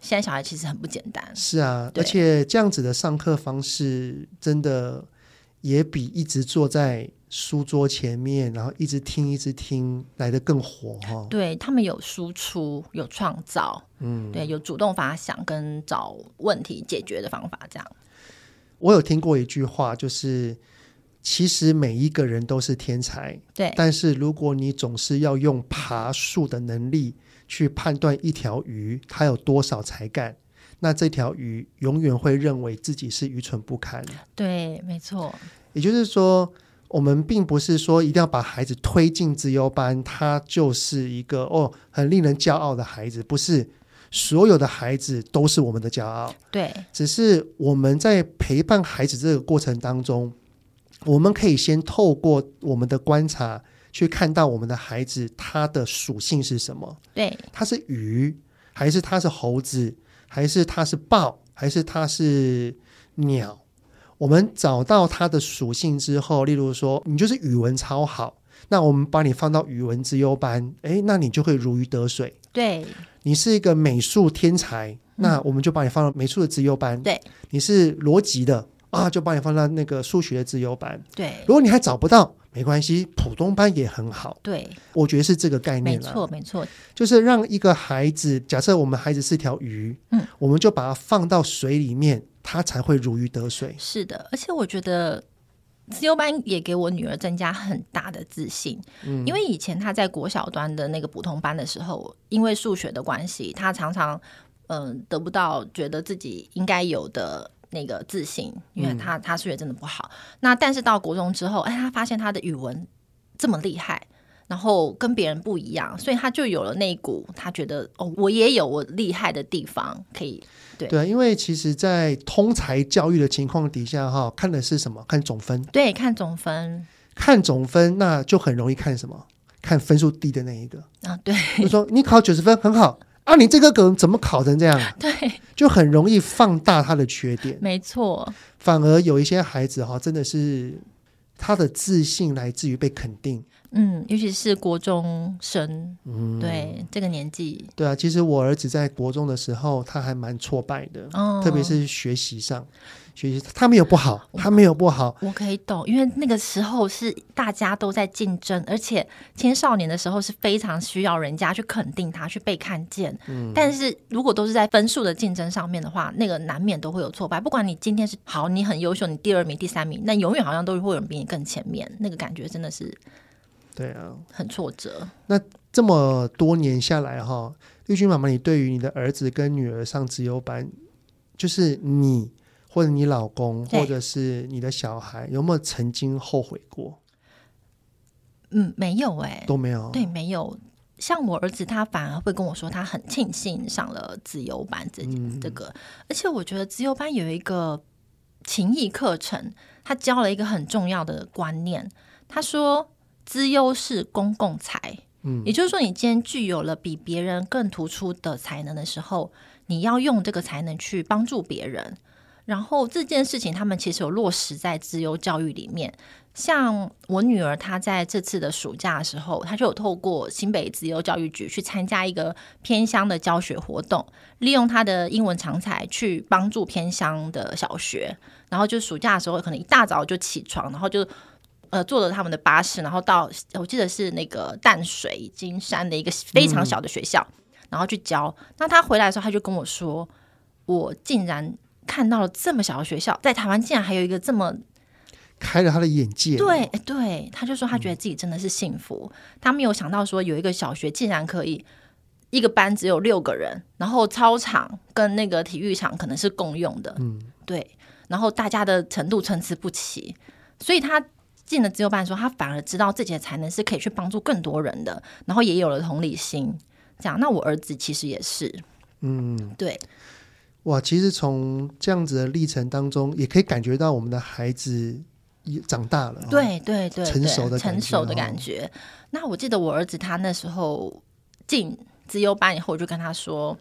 Speaker 2: 现在小孩其实很不简单，
Speaker 1: 是啊，
Speaker 2: 对
Speaker 1: 而且这样子的上课方式真的也比一直坐在书桌前面，然后一直听一直听来的更火哈、哦。
Speaker 2: 对他们有输出、有创造，嗯，对，有主动发想跟找问题解决的方法，这样。
Speaker 1: 我有听过一句话，就是其实每一个人都是天才，
Speaker 2: 对
Speaker 1: 但是如果你总是要用爬树的能力去判断一条鱼它有多少才干，那这条鱼永远会认为自己是愚蠢不堪。
Speaker 2: 对，没错，
Speaker 1: 也就是说，我们并不是说一定要把孩子推进资优班，他就是一个哦很令人骄傲的孩子，不是所有的孩子都是我们的骄傲，
Speaker 2: 对
Speaker 1: 只是我们在陪伴孩子这个过程当中，我们可以先透过我们的观察去看到我们的孩子他的属性是什么，
Speaker 2: 对
Speaker 1: 他是鱼，还是他是猴子，还是他是豹，还是他是鸟？我们找到它的属性之后，例如说你就是语文超好，那我们把你放到语文之优班，诶，那你就会如鱼得水。
Speaker 2: 对
Speaker 1: 你是一个美术天才，那我们就把你放到美术的资优班。
Speaker 2: 对，
Speaker 1: 你是逻辑的啊，就把你放到那个数学的资优班。
Speaker 2: 对
Speaker 1: 如果你还找不到，没关系，普通班也很好。
Speaker 2: 对，
Speaker 1: 我觉得是这个概
Speaker 2: 没
Speaker 1: 念啦。
Speaker 2: 错没错，
Speaker 1: 就是让一个孩子，假设我们孩子是条鱼，
Speaker 2: 嗯，
Speaker 1: 我们就把它放到水里面，它才会如鱼得水。
Speaker 2: 是的。而且我觉得自由班也给我女儿增加很大的自信，因为以前她在国小端的那个普通班的时候，因为数学的关系，她常常嗯、呃得不到觉得自己应该有的那个自信，因为她她数学真的不好。那但是到国中之后，哎，她发现她的语文这么厉害。然后跟别人不一样，所以她就有了那一股，她觉得哦，我也有我厉害的地方，可以对
Speaker 1: 对，因为其实，在通才教育的情况底下，哈，看的是什么？看总分，
Speaker 2: 对看总分
Speaker 1: 看总分，那就很容易看什么？看分数低的那一个。
Speaker 2: 啊，对
Speaker 1: 就说你考九十分很好啊，你这个梗怎么考成这样啊？
Speaker 2: 对，
Speaker 1: 就很容易放大他的缺点，
Speaker 2: 没错，
Speaker 1: 反而有一些孩子哈，真的是他的自信来自于被肯定。
Speaker 2: 嗯，尤其是国中生，
Speaker 1: 嗯
Speaker 2: 对这个年纪，
Speaker 1: 对啊，其实我儿子在国中的时候，他还蛮挫败的，
Speaker 2: 嗯，
Speaker 1: 特别是学习上，学习他没有不好，
Speaker 2: 哦
Speaker 1: 他没有不好，
Speaker 2: 我可以懂，因为那个时候是大家都在竞争，而且青少年的时候是非常需要人家去肯定他，去被看见。
Speaker 1: 嗯
Speaker 2: 但是如果都是在分数的竞争上面的话，那个难免都会有挫败。不管你今天是好，你很优秀，你第二名、第三名，那永远好像都会有人比你更前面，那个感觉真的是
Speaker 1: 对啊，
Speaker 2: 很挫折。
Speaker 1: 这么多年下来哈，绿军妈妈，你对于你的儿子跟女儿上自由班，就是你或者你老公
Speaker 2: 对
Speaker 1: 或者是你的小孩，有没有曾经后悔过？
Speaker 2: 嗯，没有哎、
Speaker 1: 都没有。
Speaker 2: 对，没有。像我儿子，他反而会跟我说，他很庆幸上了自由班这、这个，而且我觉得自由班有一个情谊课程，他教了一个很重要的观念。他说，资优是公共财，
Speaker 1: 嗯，
Speaker 2: 也就是说，你今天具有了比别人更突出的才能的时候，你要用这个才能去帮助别人。然后这件事情，他们其实有落实在资优教育里面。像我女儿，她在这次的暑假的时候，她就有透过新北自由教育局去参加一个偏乡的教学活动，利用她的英文常才去帮助偏乡的小学。然后就暑假的时候，可能一大早就起床，然后就呃坐着他们的巴士，然后到我记得是那个淡水金山的一个非常小的学校，然后去教。那她回来的时候，她就跟我说，我竟然。看到了这么小的学校，在台湾竟然还有一个这么
Speaker 1: 开了他的眼界。
Speaker 2: 对，哎对，他就说他觉得自己真的是幸福，他没有想到说有一个小学竟然可以一个班只有六个人，然后操场跟那个体育场可能是共用的，嗯，对，然后大家的程度参差不齐，所以他。进了自由班的时候，他反而知道自己的才能是可以去帮助更多人的，然后也有了同理心。这样，那我儿子其实也是，嗯，对，
Speaker 1: 哇，其实从这样子的历程当中，也可以感觉到我们的孩子也长大了、哦。，
Speaker 2: 对对对，
Speaker 1: 成
Speaker 2: 对
Speaker 1: 熟的感
Speaker 2: 成
Speaker 1: 觉
Speaker 2: 熟的
Speaker 1: 哦
Speaker 2: 感觉。那我记得我儿子他那时候进资优班以后，我就跟他说。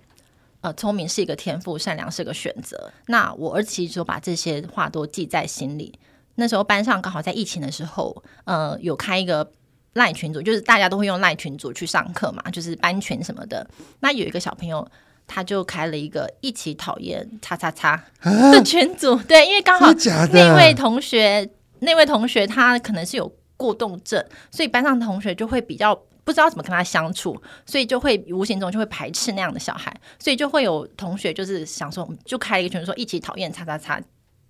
Speaker 2: 呃，聪明是一个天赋，善良是个选择。那我儿子其实就把这些话都记在心里。那时候班上刚好在疫情的时候，呃，有开一个赖群组，就是大家都会用赖群组去上课嘛，就是班群什么的。那有一个小朋友，他就开了一个一起讨厌叉叉叉
Speaker 1: 啊
Speaker 2: 的群组，对，因为刚好
Speaker 1: 真的假的？
Speaker 2: 啊那位同学，那位同学他可能是有过动症，所以班上同学就会比较不知道怎么跟他相处，所以就会无形中就会排斥那样的小孩，所以就会有同学就是想说，我们就开了一个群组说一起讨厌叉叉叉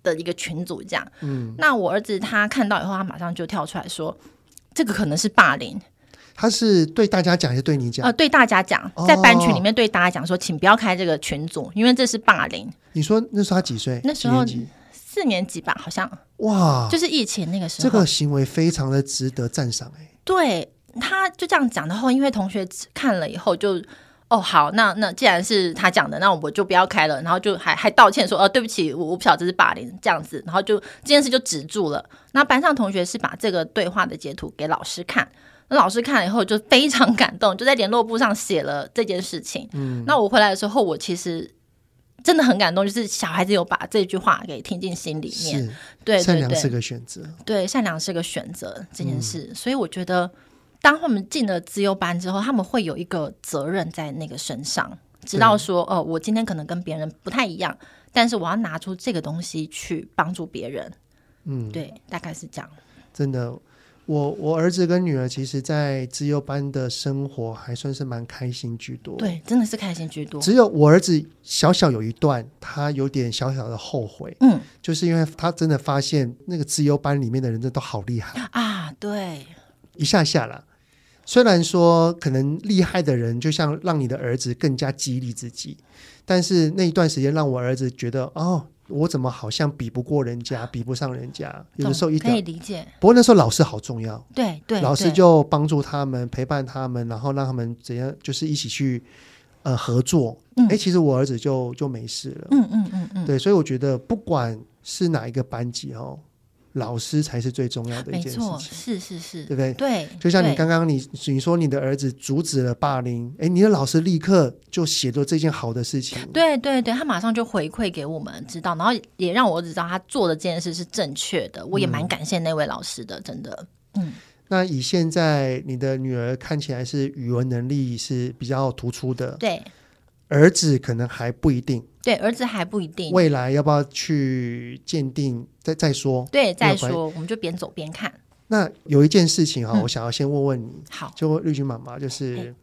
Speaker 2: 的一个群组这样。嗯，那我儿子他看到以后，他马上就跳出来说。这个可能是霸凌，
Speaker 1: 他是对大家讲，还是对你讲？
Speaker 2: 呃，对大家讲，在班群里面对大家讲说，请不要开这个群组，因为这是霸凌。
Speaker 1: 你说那时候他几岁？
Speaker 2: 那时候
Speaker 1: 几年级
Speaker 2: 四年级吧，好像
Speaker 1: 哇，
Speaker 2: 就是疫情那个时候，
Speaker 1: 这个行为非常的值得赞赏哎。
Speaker 2: 对，他就这样讲的后，因为同学看了以后就。哦，好，那那既然是他讲的，那我就不要开了，然后就还还道歉说，呃，对不起，我我不晓得这是霸凌这样子，然后就这件事就止住了。那班上同学是把这个对话的截图给老师看，那老师看了以后就非常感动，就在联络簿上写了这件事情。嗯，那我回来的时候，我其实真的很感动，就是小孩子有把这句话给听进心里面，
Speaker 1: 是，
Speaker 2: 对
Speaker 1: 善
Speaker 2: 对
Speaker 1: 良
Speaker 2: 对，
Speaker 1: 是个选择。
Speaker 2: 对，善良是个选择这
Speaker 1: 嗯
Speaker 2: 件事，所以我觉得，当他们进了资优班之后，他们会有一个责任在那个身上，知道说，哦、我今天可能跟别人不太一样，但是我要拿
Speaker 1: 嗯
Speaker 2: 出这个东西去帮助别人。嗯，对，大概是这样。
Speaker 1: 真的，我我儿子跟女儿其实，在资优班的生活还算是蛮开心居多。，
Speaker 2: 对，真的是开心居多。
Speaker 1: 只有我儿子小小有一段，他有点小小的后悔，
Speaker 2: 嗯
Speaker 1: 就是因为他真的发现那个资优班里面的人真的都好厉害，
Speaker 2: 啊，对，
Speaker 1: 一下下啦。虽然说可能厉害的人，就像让你的儿子更加激励自己，但是那一段时间让我儿子觉得，哦，我怎么好像比不过人家，比不上人家，有的时候一
Speaker 2: 啊懂可
Speaker 1: 点
Speaker 2: 以。理解，
Speaker 1: 不过那时候老师好重要，
Speaker 2: 对对，
Speaker 1: 老师
Speaker 2: 对
Speaker 1: 就帮助他们，陪伴他们，然后让他们怎样，就是一起去呃合作。哎、
Speaker 2: 嗯
Speaker 1: 其实我儿子就就没事了。
Speaker 2: 嗯嗯嗯嗯，
Speaker 1: 对，所以我觉得不管是哪一个班级哦，老师才是最重要的一
Speaker 2: 没
Speaker 1: 件事
Speaker 2: 错，
Speaker 1: 情，
Speaker 2: 是是是，
Speaker 1: 对不对？
Speaker 2: 对，
Speaker 1: 就像你
Speaker 2: 对
Speaker 1: 刚刚你你说你的儿子阻止了霸凌，哎，你的老师立刻就写了这件好的事情，
Speaker 2: 对对对，他马上就回馈给我们知道，然后也让我知道他做的这件事是正确的，我也蛮感谢那位老师的，真的。
Speaker 1: 那以现在你的女儿看起来是语文能力是比较突出的，
Speaker 2: 对
Speaker 1: 儿子可能还不一定，
Speaker 2: 对，儿子还不一定，
Speaker 1: 未来要不要去鉴定再再说。
Speaker 2: 对，
Speaker 1: 没
Speaker 2: 再
Speaker 1: 有关
Speaker 2: 说我们就边走边看。
Speaker 1: 那有一件事情哈、
Speaker 2: 嗯
Speaker 1: 我想要先问问你，
Speaker 2: 好，
Speaker 1: 就绿军妈妈，就是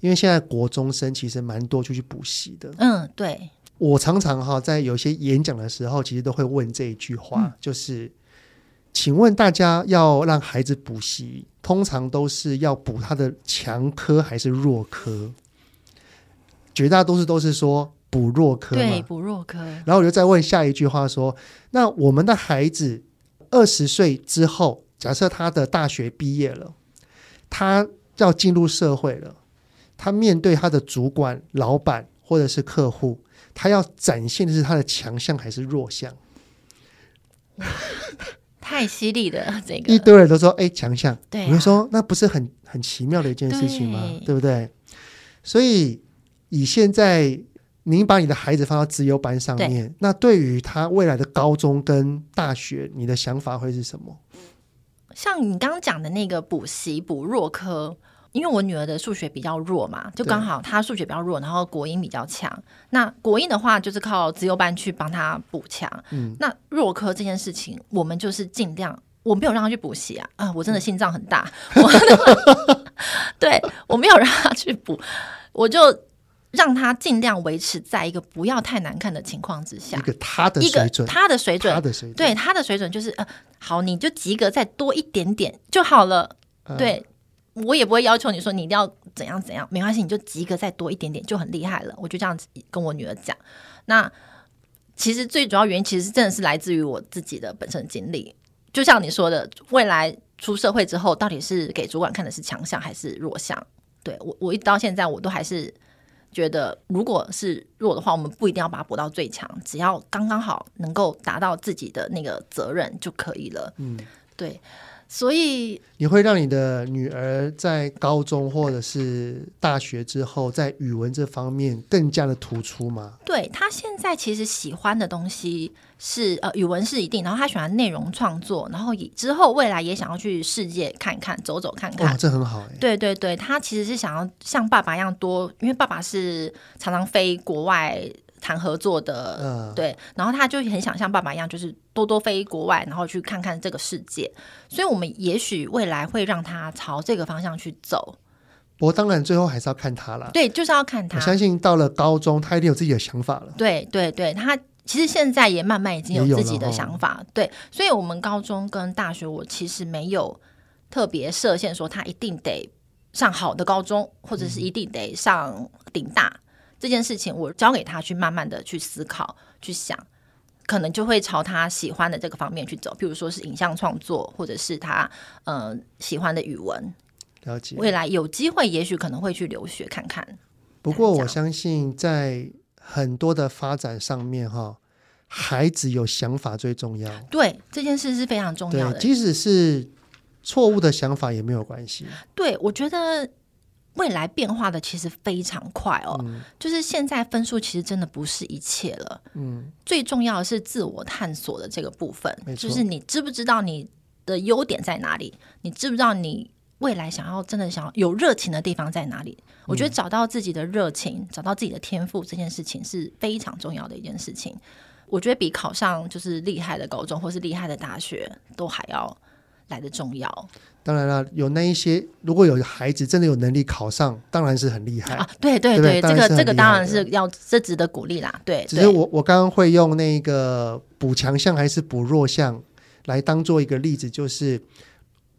Speaker 1: 因为现在国中生其实蛮多就去补习的，
Speaker 2: 嗯，对，
Speaker 1: 我常常哈在有些演讲的时候，其实都会问这一句话，就是，请问大家要让孩子补习，通常都是要补他的强科还是弱科？绝大多数都是说补弱科
Speaker 2: 对，
Speaker 1: 嘛。
Speaker 2: 不弱科，
Speaker 1: 然后我就再问下一句话说，那我们的孩子二十岁之后，假设他的大学毕业了，他要进入社会了，他面对他的主管、老板或者是客户，他要展现的是他的强项还是弱项？
Speaker 2: 太犀利了，这
Speaker 1: 一
Speaker 2: 个
Speaker 1: 堆人都说，哎，强项，
Speaker 2: 对啊
Speaker 1: 我就说，那不是很很奇妙的一件事情吗？
Speaker 2: 对
Speaker 1: 对不对？所以以现在您把你的孩子放到资优班上面，那对于他未来的高中跟大学，你的想法会是什么？
Speaker 2: 像你刚刚讲的那个补习补弱科。因为我女儿的数学比较弱嘛，就
Speaker 1: 对
Speaker 2: 刚好她数学比较弱，然后国英比较强。那国英的话，就是靠资优班去帮她补强。
Speaker 1: 嗯，
Speaker 2: 那弱科这件事情，我们就是尽量，我没有让他去补习啊，啊、
Speaker 1: 嗯
Speaker 2: 我真的心脏很大，我 对我没有让他去补，我就让他尽量维持在一个不要太难看的情况之下
Speaker 1: 一，个他的
Speaker 2: 一个
Speaker 1: 水准，
Speaker 2: 他的水
Speaker 1: 他
Speaker 2: 准，
Speaker 1: 的水准，
Speaker 2: 对他的水准就是呃，好，你就及格再多一点点就好了，
Speaker 1: 呃，
Speaker 2: 对。我也不会要求你说你一定要怎样怎样，没关系，你就及格再多一点点就很厉害了。我就这样子跟我女儿讲。那其实最主要原因，其实真的是来自于我自己的本身经历。就像你说的，未来出社会之后，到底是给主管看的是强项还是弱项？对我，我一直到现在，我都还是觉得，如果是弱的话，我们不一定要把它补到最强，只要刚刚好能够达到自己的那个责任就可以了。
Speaker 1: 嗯，
Speaker 2: 对，所以
Speaker 1: 你会让你的女儿在高中或者是大学之后，在语文这方面更加的突出吗？
Speaker 2: 对他现在其实喜欢的东西是呃语文是一定，然后他喜欢内容创作，然后也之后未来也想要去世界看看，走走看
Speaker 1: 哇，
Speaker 2: 看。
Speaker 1: 这很好哎、
Speaker 2: 对对对，他其实是想要像爸爸一样多，因为爸爸是常常飞国外谈合作的，
Speaker 1: 嗯
Speaker 2: 对，然后他就很想像爸爸一样，就是多多飞国外，然后去看看这个世界。所以我们也许未来会让他朝这个方向去走，
Speaker 1: 不过当然最后还是要看她啦。
Speaker 2: 对，就是要看他
Speaker 1: 我。相信到了高中，他一定有自己的想法了。
Speaker 2: 对对对，他其实现在也慢慢已经
Speaker 1: 也有
Speaker 2: 有自己
Speaker 1: 了
Speaker 2: 的
Speaker 1: 吼
Speaker 2: 想法，对，所以我们高中跟大学，我其实没有特别设限说他一定得上好的高中，或
Speaker 1: 嗯
Speaker 2: 者是一定得上顶大、这件事情，我交给他去慢慢的去思考、去想。可能就会朝他喜欢的这个方面去走，譬如说是影像创作，或者是他呃喜欢的语文。
Speaker 1: 了解。
Speaker 2: 未来有机会，也许可能会去留学看看。
Speaker 1: 不过
Speaker 2: 这
Speaker 1: 我
Speaker 2: 样
Speaker 1: 相信，在很多的发展上面，哈，孩子有想法最重要。
Speaker 2: 对这件事是非常重要
Speaker 1: 对，
Speaker 2: 的，
Speaker 1: 即使是错误的想法也没有关系。
Speaker 2: 对，我觉得未来变化的其实非常快哦，就是现在分数其实真的不是一切了，
Speaker 1: 嗯，
Speaker 2: 最重要的是自我探索的这个部分
Speaker 1: 没，错
Speaker 2: 就是你知不知道你的优点在哪里，你知不知道你未来想要真的想要有热情的地方在哪里？
Speaker 1: 嗯
Speaker 2: 我觉得找到自己的热情，找到自己的天赋这件事情是非常重要的一件事情。我觉得比考上就是厉害的高中或是厉害的大学都还要来的重要
Speaker 1: 当然了，有那一些如果有孩子真的有能力考上，当然是很厉害。
Speaker 2: 啊！对对
Speaker 1: 哎对
Speaker 2: 对，
Speaker 1: 当
Speaker 2: 这
Speaker 1: 然
Speaker 2: 个
Speaker 1: 是很
Speaker 2: 这个
Speaker 1: 厉
Speaker 2: 当
Speaker 1: 害
Speaker 2: 然
Speaker 1: 的
Speaker 2: 是要这值得鼓励啦。对，
Speaker 1: 只
Speaker 2: 对
Speaker 1: 是我我刚刚会用那个补强项还是补弱项来当做一个例子，就是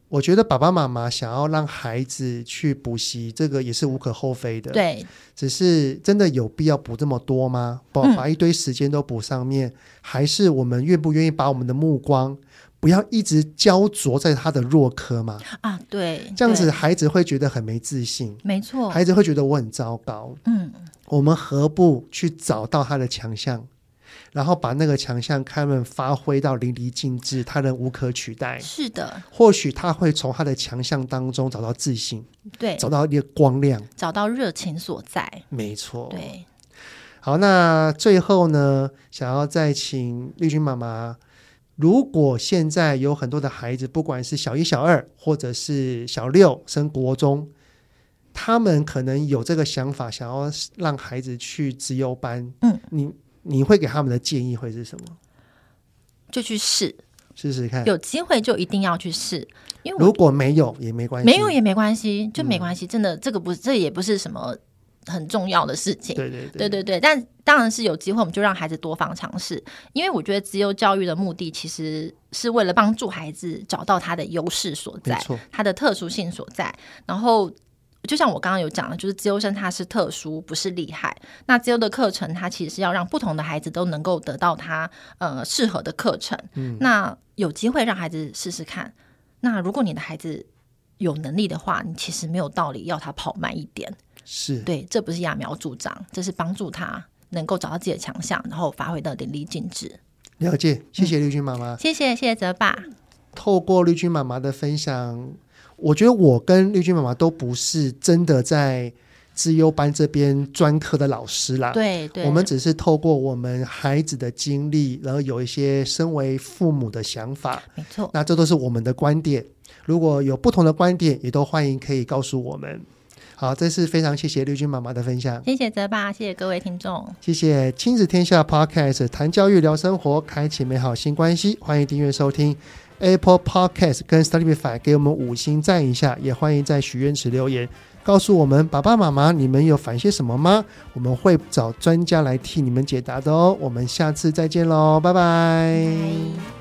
Speaker 1: 我觉得爸爸妈妈想要让孩子去补习，这个也是无可厚非的。，
Speaker 2: 对
Speaker 1: 只是真的有必要补这么多吗？把
Speaker 2: 嗯
Speaker 1: 把一堆时间都补上面，还是我们愿不愿意把我们的目光不要一直焦灼在他的弱科嘛？
Speaker 2: 啊，对，
Speaker 1: 这样
Speaker 2: 对
Speaker 1: 子孩子会觉得很没自信，
Speaker 2: 没错，
Speaker 1: 孩子会觉得我很糟糕。
Speaker 2: 嗯，
Speaker 1: 我们何不去找到他的强项，然后把那个强项开门发挥到淋漓尽致，他人无可取代。
Speaker 2: 是的，
Speaker 1: 或许他会从他的强项当中找到自信，
Speaker 2: 对，
Speaker 1: 找到一个光亮。
Speaker 2: 找到热情所在，
Speaker 1: 没错。
Speaker 2: 对，
Speaker 1: 好，那最后呢，想要再请丽君妈妈，如果现在有很多的孩子，不管是小一、小二，或者是小六升国中，他们可能有这个想法，想要让孩子去资优班，
Speaker 2: 嗯，
Speaker 1: 你你会给他们的建议会是什么？
Speaker 2: 就去试，
Speaker 1: 试试看。
Speaker 2: 有机会就一定要去试，因为我
Speaker 1: 哎如果没有也没关系，嗯
Speaker 2: 没有也没关系，就没关系，真的，这个不，这也不是什么很重要的事情。
Speaker 1: 对对
Speaker 2: 对对对，但当然是有机会，我们就让孩子多方尝试，因为我觉得自由教育的目的其实是为了帮助孩子找到他的优势所
Speaker 1: 没
Speaker 2: 在，
Speaker 1: 错，
Speaker 2: 他的特殊性所在。然后，就像我刚刚有讲的，就是自由生他是特殊，不是厉害。那自由的课程，它其实是要让不同的孩子都能够得到他呃适合的课程。
Speaker 1: 嗯
Speaker 2: 那有机会让孩子试试看。那如果你的孩子有能力的话，你其实没有道理要他跑慢一点。
Speaker 1: 是
Speaker 2: 对，这不是揠苗助长，这是帮助他能够找到自己的强项，然后发挥的淋漓尽致。
Speaker 1: 了解。谢
Speaker 2: 嗯
Speaker 1: 谢丽君妈妈。
Speaker 2: 谢谢，谢谢泽爸。
Speaker 1: 透过绿军妈妈的分享，我觉得我跟绿军妈妈都不是真的在资优班这边专科的老师啦。
Speaker 2: 对对，
Speaker 1: 啊我们只是透过我们孩子的经历，然后有一些身为父母的想法，
Speaker 2: 没错，
Speaker 1: 那这都是我们的观点。如果有不同的观点，也都欢迎可以告诉我们。好，这次非常谢谢绿军妈妈的分享，
Speaker 2: 谢谢泽爸，谢谢各位听众。
Speaker 1: 谢谢亲子天下 Podcast 谈教育聊生活，开启美好新关系。欢迎订阅收听 Apple Podcast 跟 Spotify，给我们五星赞一下，也欢迎在许愿池留言，告诉我们爸爸妈妈你们有烦些什么吗？我们会找专家来替你们解答的哦。我们下次再见喽，拜拜
Speaker 2: 拜